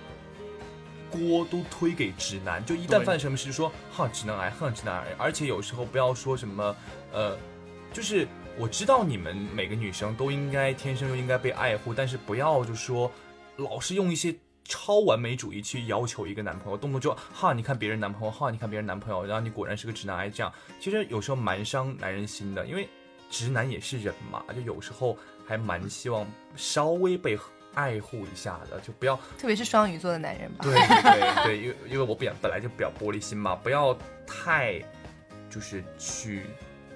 D: 锅都推给直男？就一旦
C: 对
D: 犯什么事，就说哈直男癌，哼直男癌，而且有时候不要说什么呃，就是我知道你们每个女生都应该天生就应该被爱护，但是不要就说老是用一些。超完美主义去要求一个男朋友，动不动就哈，你看别人男朋友，哈，你看别人男朋友，然后你果然是个直男癌，这样其实有时候蛮伤男人心的，因为直男也是人嘛，就有时候还蛮希望稍微被爱护一下的，就不要
A: 特别是双鱼座的男人吧。
D: 对对对，因为因为我比较本来就比较玻璃心嘛，不要太就是去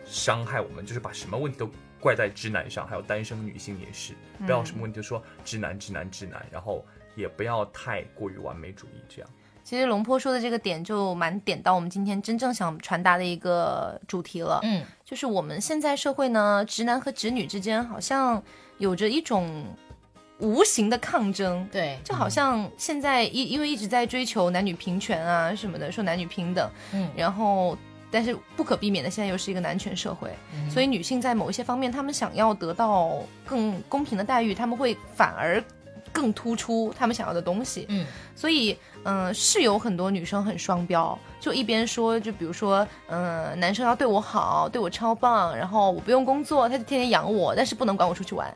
D: 伤害我们，就是把什么问题都怪在直男上，还有单身女性也是，不要什么问题就说直男直男直男，然后也不要太过于完美主义这样。
A: 其实龙坡说的这个点就蛮点到我们今天真正想传达的一个主题了。
B: 嗯，
A: 就是我们现在社会呢，直男和直女之间好像有着一种无形的抗争，
B: 对，
A: 就好像现在因因为一直在追求男女平权啊什么的，说男女平等，
B: 嗯
A: 然后但是不可避免的，现在又是一个男权社会，
B: 嗯
A: 所以女性在某一些方面，她们想要得到更公平的待遇，她们会反而更突出她们想要的东西，
B: 嗯，
A: 所以，嗯、是有很多女生很双标，就一边说，就比如说，嗯、男生要对我好，对我超棒，然后我不用工作，他就天天养我，但是不能管我出去玩，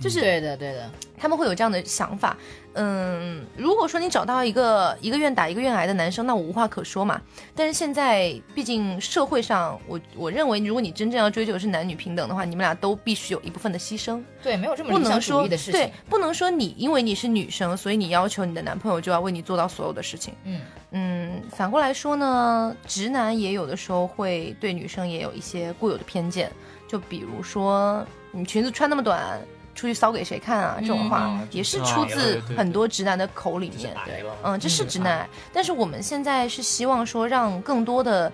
B: 就是对的，对的，
A: 他们会有这样的想法。嗯，如果说你找到一个一个愿打一个愿挨的男生，那我无话可说嘛。但是现在，毕竟社会上，我我认为，如果你真正要追求的是男女平等的话，你们俩都必须有一部分的牺牲。
B: 对，没有这么
A: 不
B: 理想
A: 能
B: 主
A: 说
B: 义的事情
A: 对。，不能说你因为你是女生，所以你要求你的男朋友就要为你做到所有的事情。
B: 嗯
A: 嗯，反过来说呢，直男也有的时候会对女生也有一些固有的偏见，就比如说你裙子穿那么短，出去骚给谁看啊？这种话、
E: 嗯啊
A: 也是
E: 这
A: 出
E: 啊
C: 对
A: 自
C: 对对
A: 很多直男的口里面。
D: 癌了
A: 嗯，这是直男癌，但是我们现在是希望说让更多的，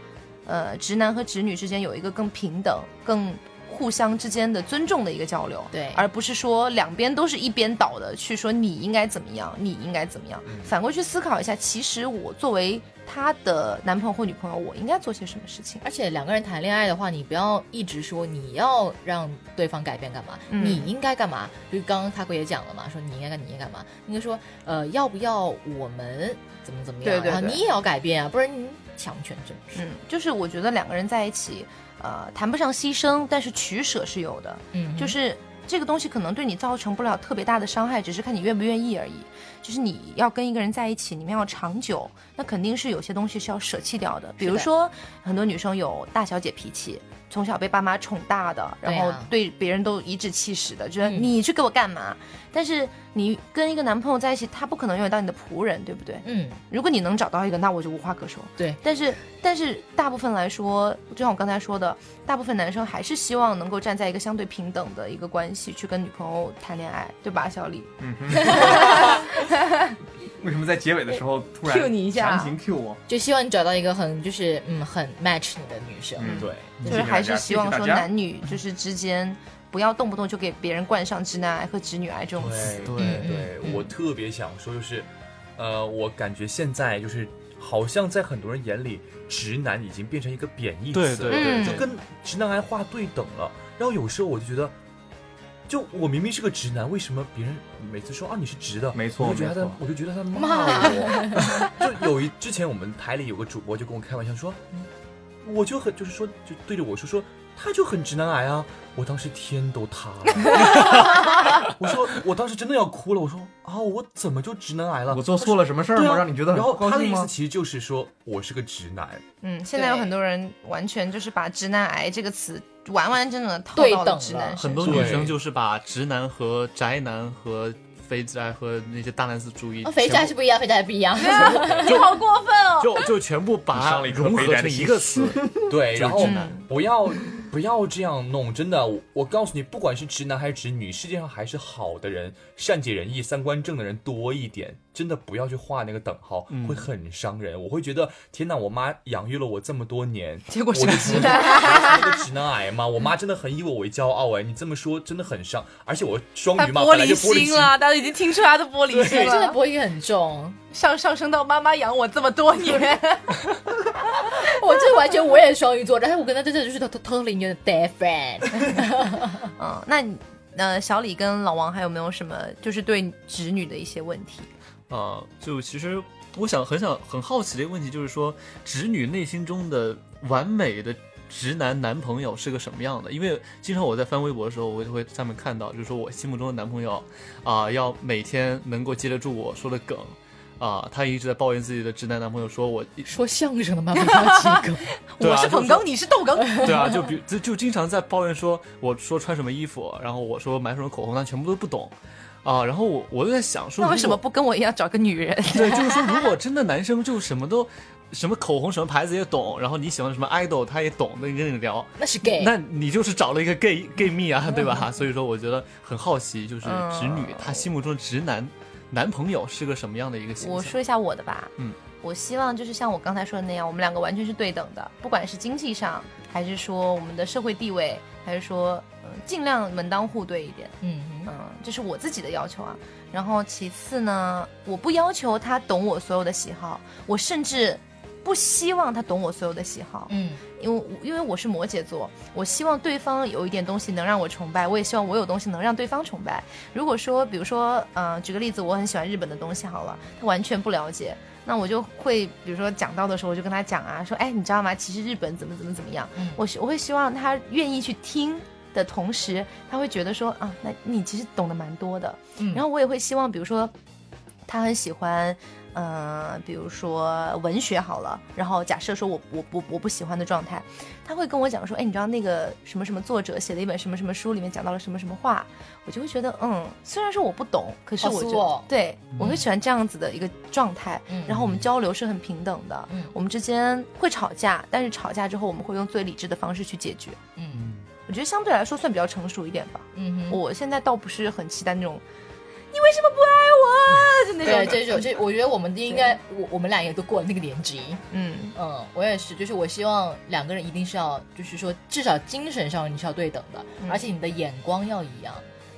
A: 呃，直男和直女之间有一个更平等、更互相之间的尊重的一个交流，
B: 对
A: 而不是说两边都是一边倒的去说你应该怎么样，你应该怎么样，反过去思考一下，其实我作为他的男朋友或女朋友，我应该做些什么事情？
B: 而且两个人谈恋爱的话，你不要一直说你要让对方改变干嘛，
A: 嗯
B: 你应该干嘛？就是刚刚他哥也讲了嘛，说你应该干，你应该干嘛？应该说，呃，要不要我们怎么怎么样？
A: 对对
B: 然后
A: 对
B: 你也要改变啊，不然你强权政治。
A: 嗯，就是我觉得两个人在一起，呃，谈不上牺牲，但是取舍是有的，
B: 嗯
A: 就
B: 哼
A: 是这个东西可能对你造成不了特别大的伤害，只是看你愿不愿意而已。就是你要跟一个人在一起，你们要长久，那肯定是有些东西是要舍弃掉的。比如说，很多女生有大小姐脾气，从小被爸妈宠大的，
B: 对啊
A: 然后对别人都颐指气使的，觉得
B: 嗯
A: 你去给我干嘛？但是你跟一个男朋友在一起，他不可能永远当你的仆人，对不对？
B: 嗯，
A: 如果你能找到一个，那我就无话可说。
B: 对，
A: 但是但是大部分来说，就像我刚才说的，大部分男生还是希望能够站在一个相对平等的一个关系去跟女朋友谈恋爱，对吧，小李？
E: 嗯
A: [LAUGHS]
E: 为什么在结尾的时候突
A: Cue
E: 然
A: 你一下啊
E: 强行 Q 我？
B: 就希望你找到一个很就是嗯很 match 你的女生。
E: 嗯
D: 对，
A: 就是还是希望
E: 谢
A: 说
E: 谢大家
A: 男女就是之间不要动不动就给别人冠上直男癌和直女癌这种词。
D: 对
B: 嗯
D: 对
B: 嗯
D: 我特别想说就是，呃，我感觉现在就是好像在很多人眼里，直男已经变成一个贬义
C: 对
D: 词
C: 对
D: 了，
A: 对
D: 就
A: 对
D: 跟直男癌划对等了。然后有时候我就觉得。就我明明是个直男，为什么别人每次说啊你是直的，
E: 没错
D: 我就觉得他在
E: 没错
D: 我就觉得他在骂我。 [LAUGHS] 就有一之前我们台里有个主播就跟我开玩笑说，我就很就是说就对着我说说他就很直男癌啊，我当时天都塌了。 [LAUGHS] 我说，我当时真的要哭了。我说啊，我怎么就直男癌了？
E: 我做错了什么事儿
D: 对
E: 吗？
D: 啊
E: 让你觉得很
D: 然
E: 不
D: 后
E: 高
D: 他的
E: 兴
D: 意思
E: 吗？
D: 其实就是说我是个直男，
A: 嗯，现在有很多人完全就是把直男癌这个词完完整整的套
B: 对
A: 到
B: 等
A: 了直
B: 了
A: 男身
C: 很
A: 上。
C: 多
D: 对
C: 女生就是把直男和宅男和非宅和那些大男子主义
B: 哦，，肥宅是不一样，肥宅不一样。对啊，
A: 你好过分哦！
C: 就就全部把
E: 你
C: 它
E: 上了一课
C: 融合
E: 肥宅
C: 成
E: 的
C: 一个词。
D: 对，然后
C: 直
A: 男
D: 不要不要这样弄，真的，我我告诉你，不管是直男还是直女，世界上还是好的人、善解人意、三观正的人多一点。真的不要去画那个等号，
E: 嗯
D: 会很伤人。我会觉得，天哪，我妈养育了我这么多年，
F: 结果
D: 我
F: 是
D: 的
F: 个
D: 直
F: 直
D: 男，
F: 男
D: 我是个直男癌吗？我妈真的很以我为骄傲哎，你这么说真的很伤，而且我双
F: 他
D: 鱼嘛，
F: 玻
A: [LAUGHS]
D: 本来就
F: 璃
D: 玻璃
F: 心
D: 心，
A: 啊
F: 了，大家已经听出来他的玻璃心
B: 对， [LAUGHS] 真的
F: 了，
B: 玻璃心很重。
F: 上上升到妈妈养我这么多年，
B: 我这完全我也是双鱼座，但是我跟他真的就是 to- totally new different。
A: 嗯，那你呃，小李跟老王还有没有什么就是对直女的一些问题？
C: 啊、就其实我想很想很好奇的一个问题，就是说直女内心中的完美的直男男朋友是个什么样的？因为经常我在翻微博的时候，我就会上面看到，就是说我心目中的男朋友啊、要每天能够接得住我说的梗。啊、他一直在抱怨自己的直男男朋友，说我一
B: [LAUGHS] 说相声的吗？不要几个，
C: 对啊
F: 我是捧哏，你是逗哏，
C: 对啊，就比就就经常在抱怨说，我说穿什么衣服，然后我说买什么口红，他全部都不懂，啊、然后我我就在想说，
A: 那为
C: 如
A: 什么
C: 果
A: 不跟我一样找个女人？
C: [LAUGHS] 对，就是说，如果真的男生就什么都，什么口红什么牌子也懂，然后你喜欢什么 idol 他也懂，那跟你聊，
B: [LAUGHS] 那是 gay。
C: 那你就是找了一个 gay gay 蜜啊，
A: 嗯
C: 对吧？ [LAUGHS] 所以说，我觉得很好奇，就是直女她心目中的直男男朋友是个什么样的一个
A: [LAUGHS]
C: 形
A: 我
C: 象？
A: 说一下我的吧，
C: 嗯，
A: 我希望就是像我刚才说的那样，我们两个完全是对等的，不管是经济上，还是说我们的社会地位，还是说，嗯、尽量门当户对一点，
B: 嗯
A: 嗯，这是我自己的要求啊。然后其次呢，我不要求他懂我所有的喜好，我甚至不希望他懂我所有的喜好，
B: 嗯，
A: 因为因为我是摩羯座，我希望对方有一点东西能让我崇拜，我也希望我有东西能让对方崇拜。如果说，比如说，呃，举个例子，我很喜欢日本的东西，好了，他完全不了解，那我就会，比如说讲到的时候，我就跟他讲啊，说，哎，你知道吗？其实日本怎么怎么怎么样，
B: 嗯
A: 我希我会希望他愿意去听的同时，他会觉得说，啊，那你其实懂得蛮多的。
B: 嗯
A: 然后我也会希望，比如说，他很喜欢。嗯，比如说文学好了，然后假设说我我不我不喜欢的状态，他会跟我讲说，哎，你知道那个什么什么作者写的一本什么什么书里面讲到了什么什么话，我就会觉得，嗯，虽然说我不懂，可是
B: 好
A: 我
B: 酥
A: 觉得，
B: 哦
A: 对我会喜欢这样子的一个状态。
B: 嗯
A: 然后我们交流是很平等的，
B: 嗯
A: 我们之间会吵架，但是吵架之后我们会用最理智的方式去解决。
B: 嗯
A: 我觉得相对来说算比较成熟一点吧。
B: 嗯哼，
A: 我现在倒不是很期待那种，你为什么不爱我？就那
B: 对，
A: 种，
B: 这种这，我觉得我们应该，我我们俩也都过了那个年纪。
A: 嗯，
B: 嗯，我也是，就是我希望两个人一定是要，就是说至少精神上你是要对等的，而且你的眼光要一样，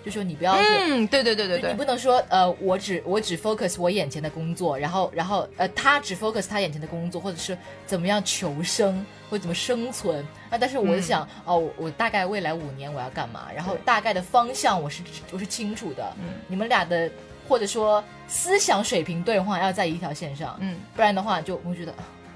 B: 就说你不要是。
A: 嗯，对对对对
B: 就
A: 对
B: 你不，能说，呃，我只我只 focus 我眼前的工作，然后然后呃，他只 focus 他眼前的工作，或者是怎么样求生，或者怎么生存啊。但是
A: 嗯
B: 我想，哦，我我大概未来五年我要干嘛，然后大概的方向我是我是清楚的。
A: 嗯
B: 你们俩的或者说思想水平对话要在一条线上，
A: 嗯，
B: 不然的话就我会觉得 [LAUGHS]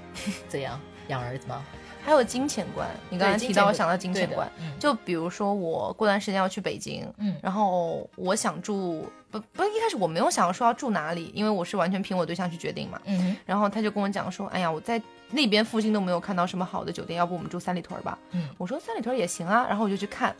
B: 怎样养儿子吗？
A: 还有金钱观，你刚才
B: 对金
A: 提
B: 钱
A: 到，我
B: 观
A: 想到金钱
B: 对的
A: 观
B: 嗯，
A: 就比如说我过段时间要去北京，
B: 嗯
A: 然后我想住，不不，一开始我没有想说要住哪里，因为我是完全凭我对象去决定嘛。
B: 嗯哼，
A: 然后他就跟我讲说，哎呀，我在那边附近都没有看到什么好的酒店，要不我们住三里屯儿吧？
B: 嗯
A: 我说三里屯儿也行啊，然后我就去看。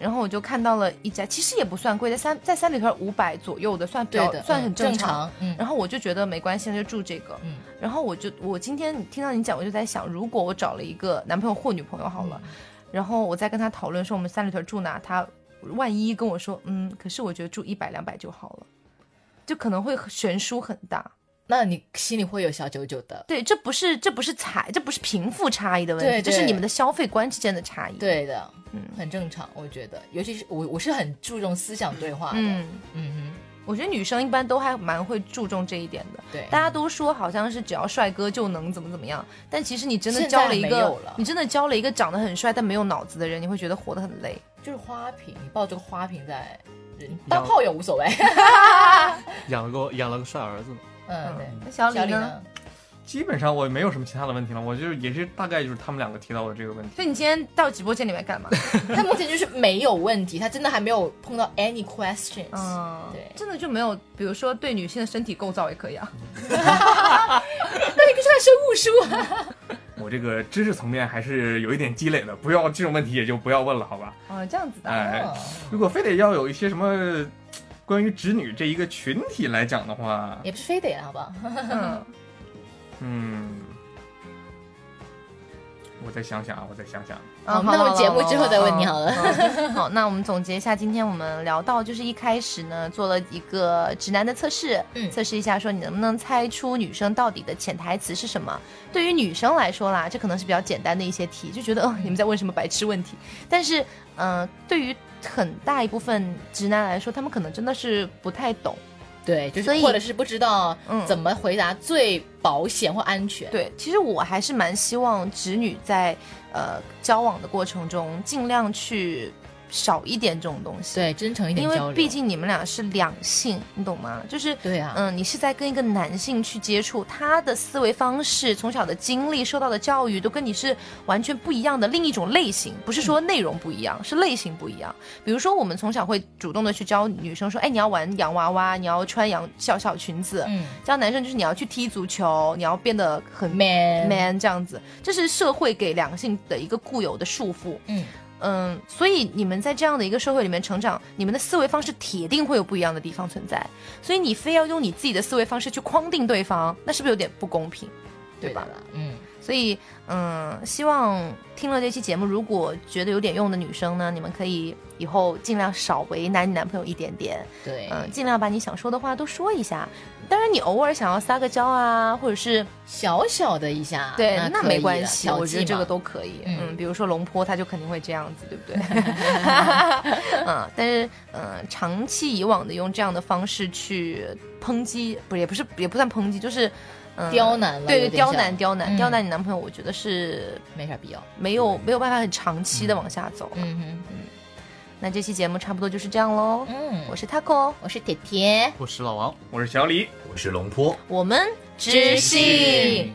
A: 然后我就看到了一家，其实也不算贵，在三在三里屯五百左右的，算比
B: 对
A: 较
B: 的，
A: 算
B: 嗯
A: 很
B: 正
A: 常。
B: 常，嗯
A: 然后我就觉得没关系，那就住这个。
B: 嗯
A: 然后我就我今天听到你讲，我就在想，如果我找了一个男朋友或女朋友好了，
B: 嗯
A: 然后我再跟他讨论说我们三里屯住哪，他万一跟我说，嗯，可是我觉得住一百两百就好了，就可能会悬殊很大。
B: 那你心里会有小九九的。
A: 对，这不是这不是财，这不是贫富差异的问题，
B: 对
A: 这是
B: 对
A: 你们的消费观之间的差异。，
B: 对的，
A: 嗯
B: 很正常，我觉得，尤其是我，我是很注重思想对话的，嗯
A: 嗯，
B: 哼，
A: 我觉得女生一般都还蛮会注重这一点的。
B: 对，
A: 大家都说好像是只要帅哥就能怎么怎么样，但其实你真的
B: 现
A: 交
B: 在
A: 了一
B: 没
A: 个
B: 有了，
A: 你真的交了一个长得很帅但没有脑子的人，你会觉得活得很累。
B: 就是花瓶，你抱着个花瓶在，当炮友
A: [LAUGHS]
B: 无所谓，
C: 养了个养了个帅儿子嘛，
B: 嗯，对。
A: 那小李
B: 小李
A: 呢？
B: 呢？
E: 基本上我也没有什么其他的问题了，我就是也是大概就是他们两个提到我这个问题。
A: 所以你今天到直播间里面
B: [LAUGHS]
A: 干嘛？
B: 他目前就是没有问题，他真的还没有碰到 any questions。
A: 嗯，
B: 对
A: 真的就没有，比如说对女性的身体构造也可以啊。
B: [LAUGHS] 那你可是看生物书啊，
E: 我这个知识层面还是有一点积累的，不要这种问题也就不要问了，好吧？
A: 啊，这样子的。
E: 哎，如果非得要有一些什么关于直女这一个群体来讲的话，
B: 也不是
A: [LAUGHS]
B: 非得了，好不好？
A: 嗯，
E: 嗯，我再想想啊，我再想想。
B: 好，那我们节目之后再问你好了。
A: 好，那我们总结一下，今天我们聊到就是一开始呢，做了一个直男的测试，
B: 嗯
A: 测试一下说你能不能猜出女生到底的潜台词是什么。对于女生来说啦，这可能是比较简单的一些题，就觉得哦你们在问什么白痴问题。但是，嗯、对于很大一部分直男来说，他们可能真的是不太懂。
B: 对，就是
A: 所以
B: [LAUGHS] 或者是不知道
A: 嗯
B: 怎么回答最保险或安全。
A: 对，其实我还是蛮希望直女在呃交往的过程中，尽量去少一点这种东西。
B: 对，真诚一点
A: 因
B: 交流。
A: 为毕竟你们俩是两性，你懂吗？就是
B: 对啊
A: 嗯，你是在跟一个男性去接触，他的思维方式、从小的经历、受到的教育都跟你是完全不一样的另一种类型，不是
B: 嗯
A: 说内容不一样，是类型不一样。比如说，我们从小会主动的去教女生说，哎，你要玩洋娃娃，你要穿洋小小裙子。
B: 嗯
A: 教男生就是你要去踢足球，你要变得很
B: ，man
A: man 这样子，这是社会给两性的一个固有的束缚。
B: 嗯，
A: 嗯，所以你们在这样的一个社会里面成长，你们的思维方式铁定会有不一样的地方存在。所以你非要用你自己的思维方式去框定对方，那是不是有点不公平，对
B: 对
A: 吧
B: 吧？？嗯，
A: 所以，嗯，希望听了这期节目，如果觉得有点用的女生呢，你们可以以后尽量少为难你男朋友一点点，
B: 对，
A: 嗯，尽量把你想说的话都说一下。当然，你偶尔想要撒个娇啊，或者是
B: 小小的一下，
A: 对，
B: 那
A: 那啊
B: 可以
A: 没
B: 的
A: 关系，
B: 调
A: 我觉得
B: 剂
A: 这
B: 嘛
A: 个都可以。
B: 嗯
A: 嗯，比如说龙坡，他就肯定会这样子，对不对？ [LAUGHS] 嗯，但是呃，长期以往的用这样的方式去抨击，不是也不是也不算抨击，就是嗯
B: 刁难了，
A: 对
B: 有
A: 对，
B: 点
A: 刁难
B: 像
A: 刁难、
B: 嗯
A: 刁难你男朋友，我觉得是
B: 没啥必要。
A: 没有没有办法很长期的往下走。
B: 嗯
A: 那这期节目差不多就是这样喽。
B: 哼，嗯，
A: 我是 taco，哦
B: 我是铁铁，
C: 我是老王。
E: 我是小李，
D: 我是龙坡。
A: 我们
B: 知性。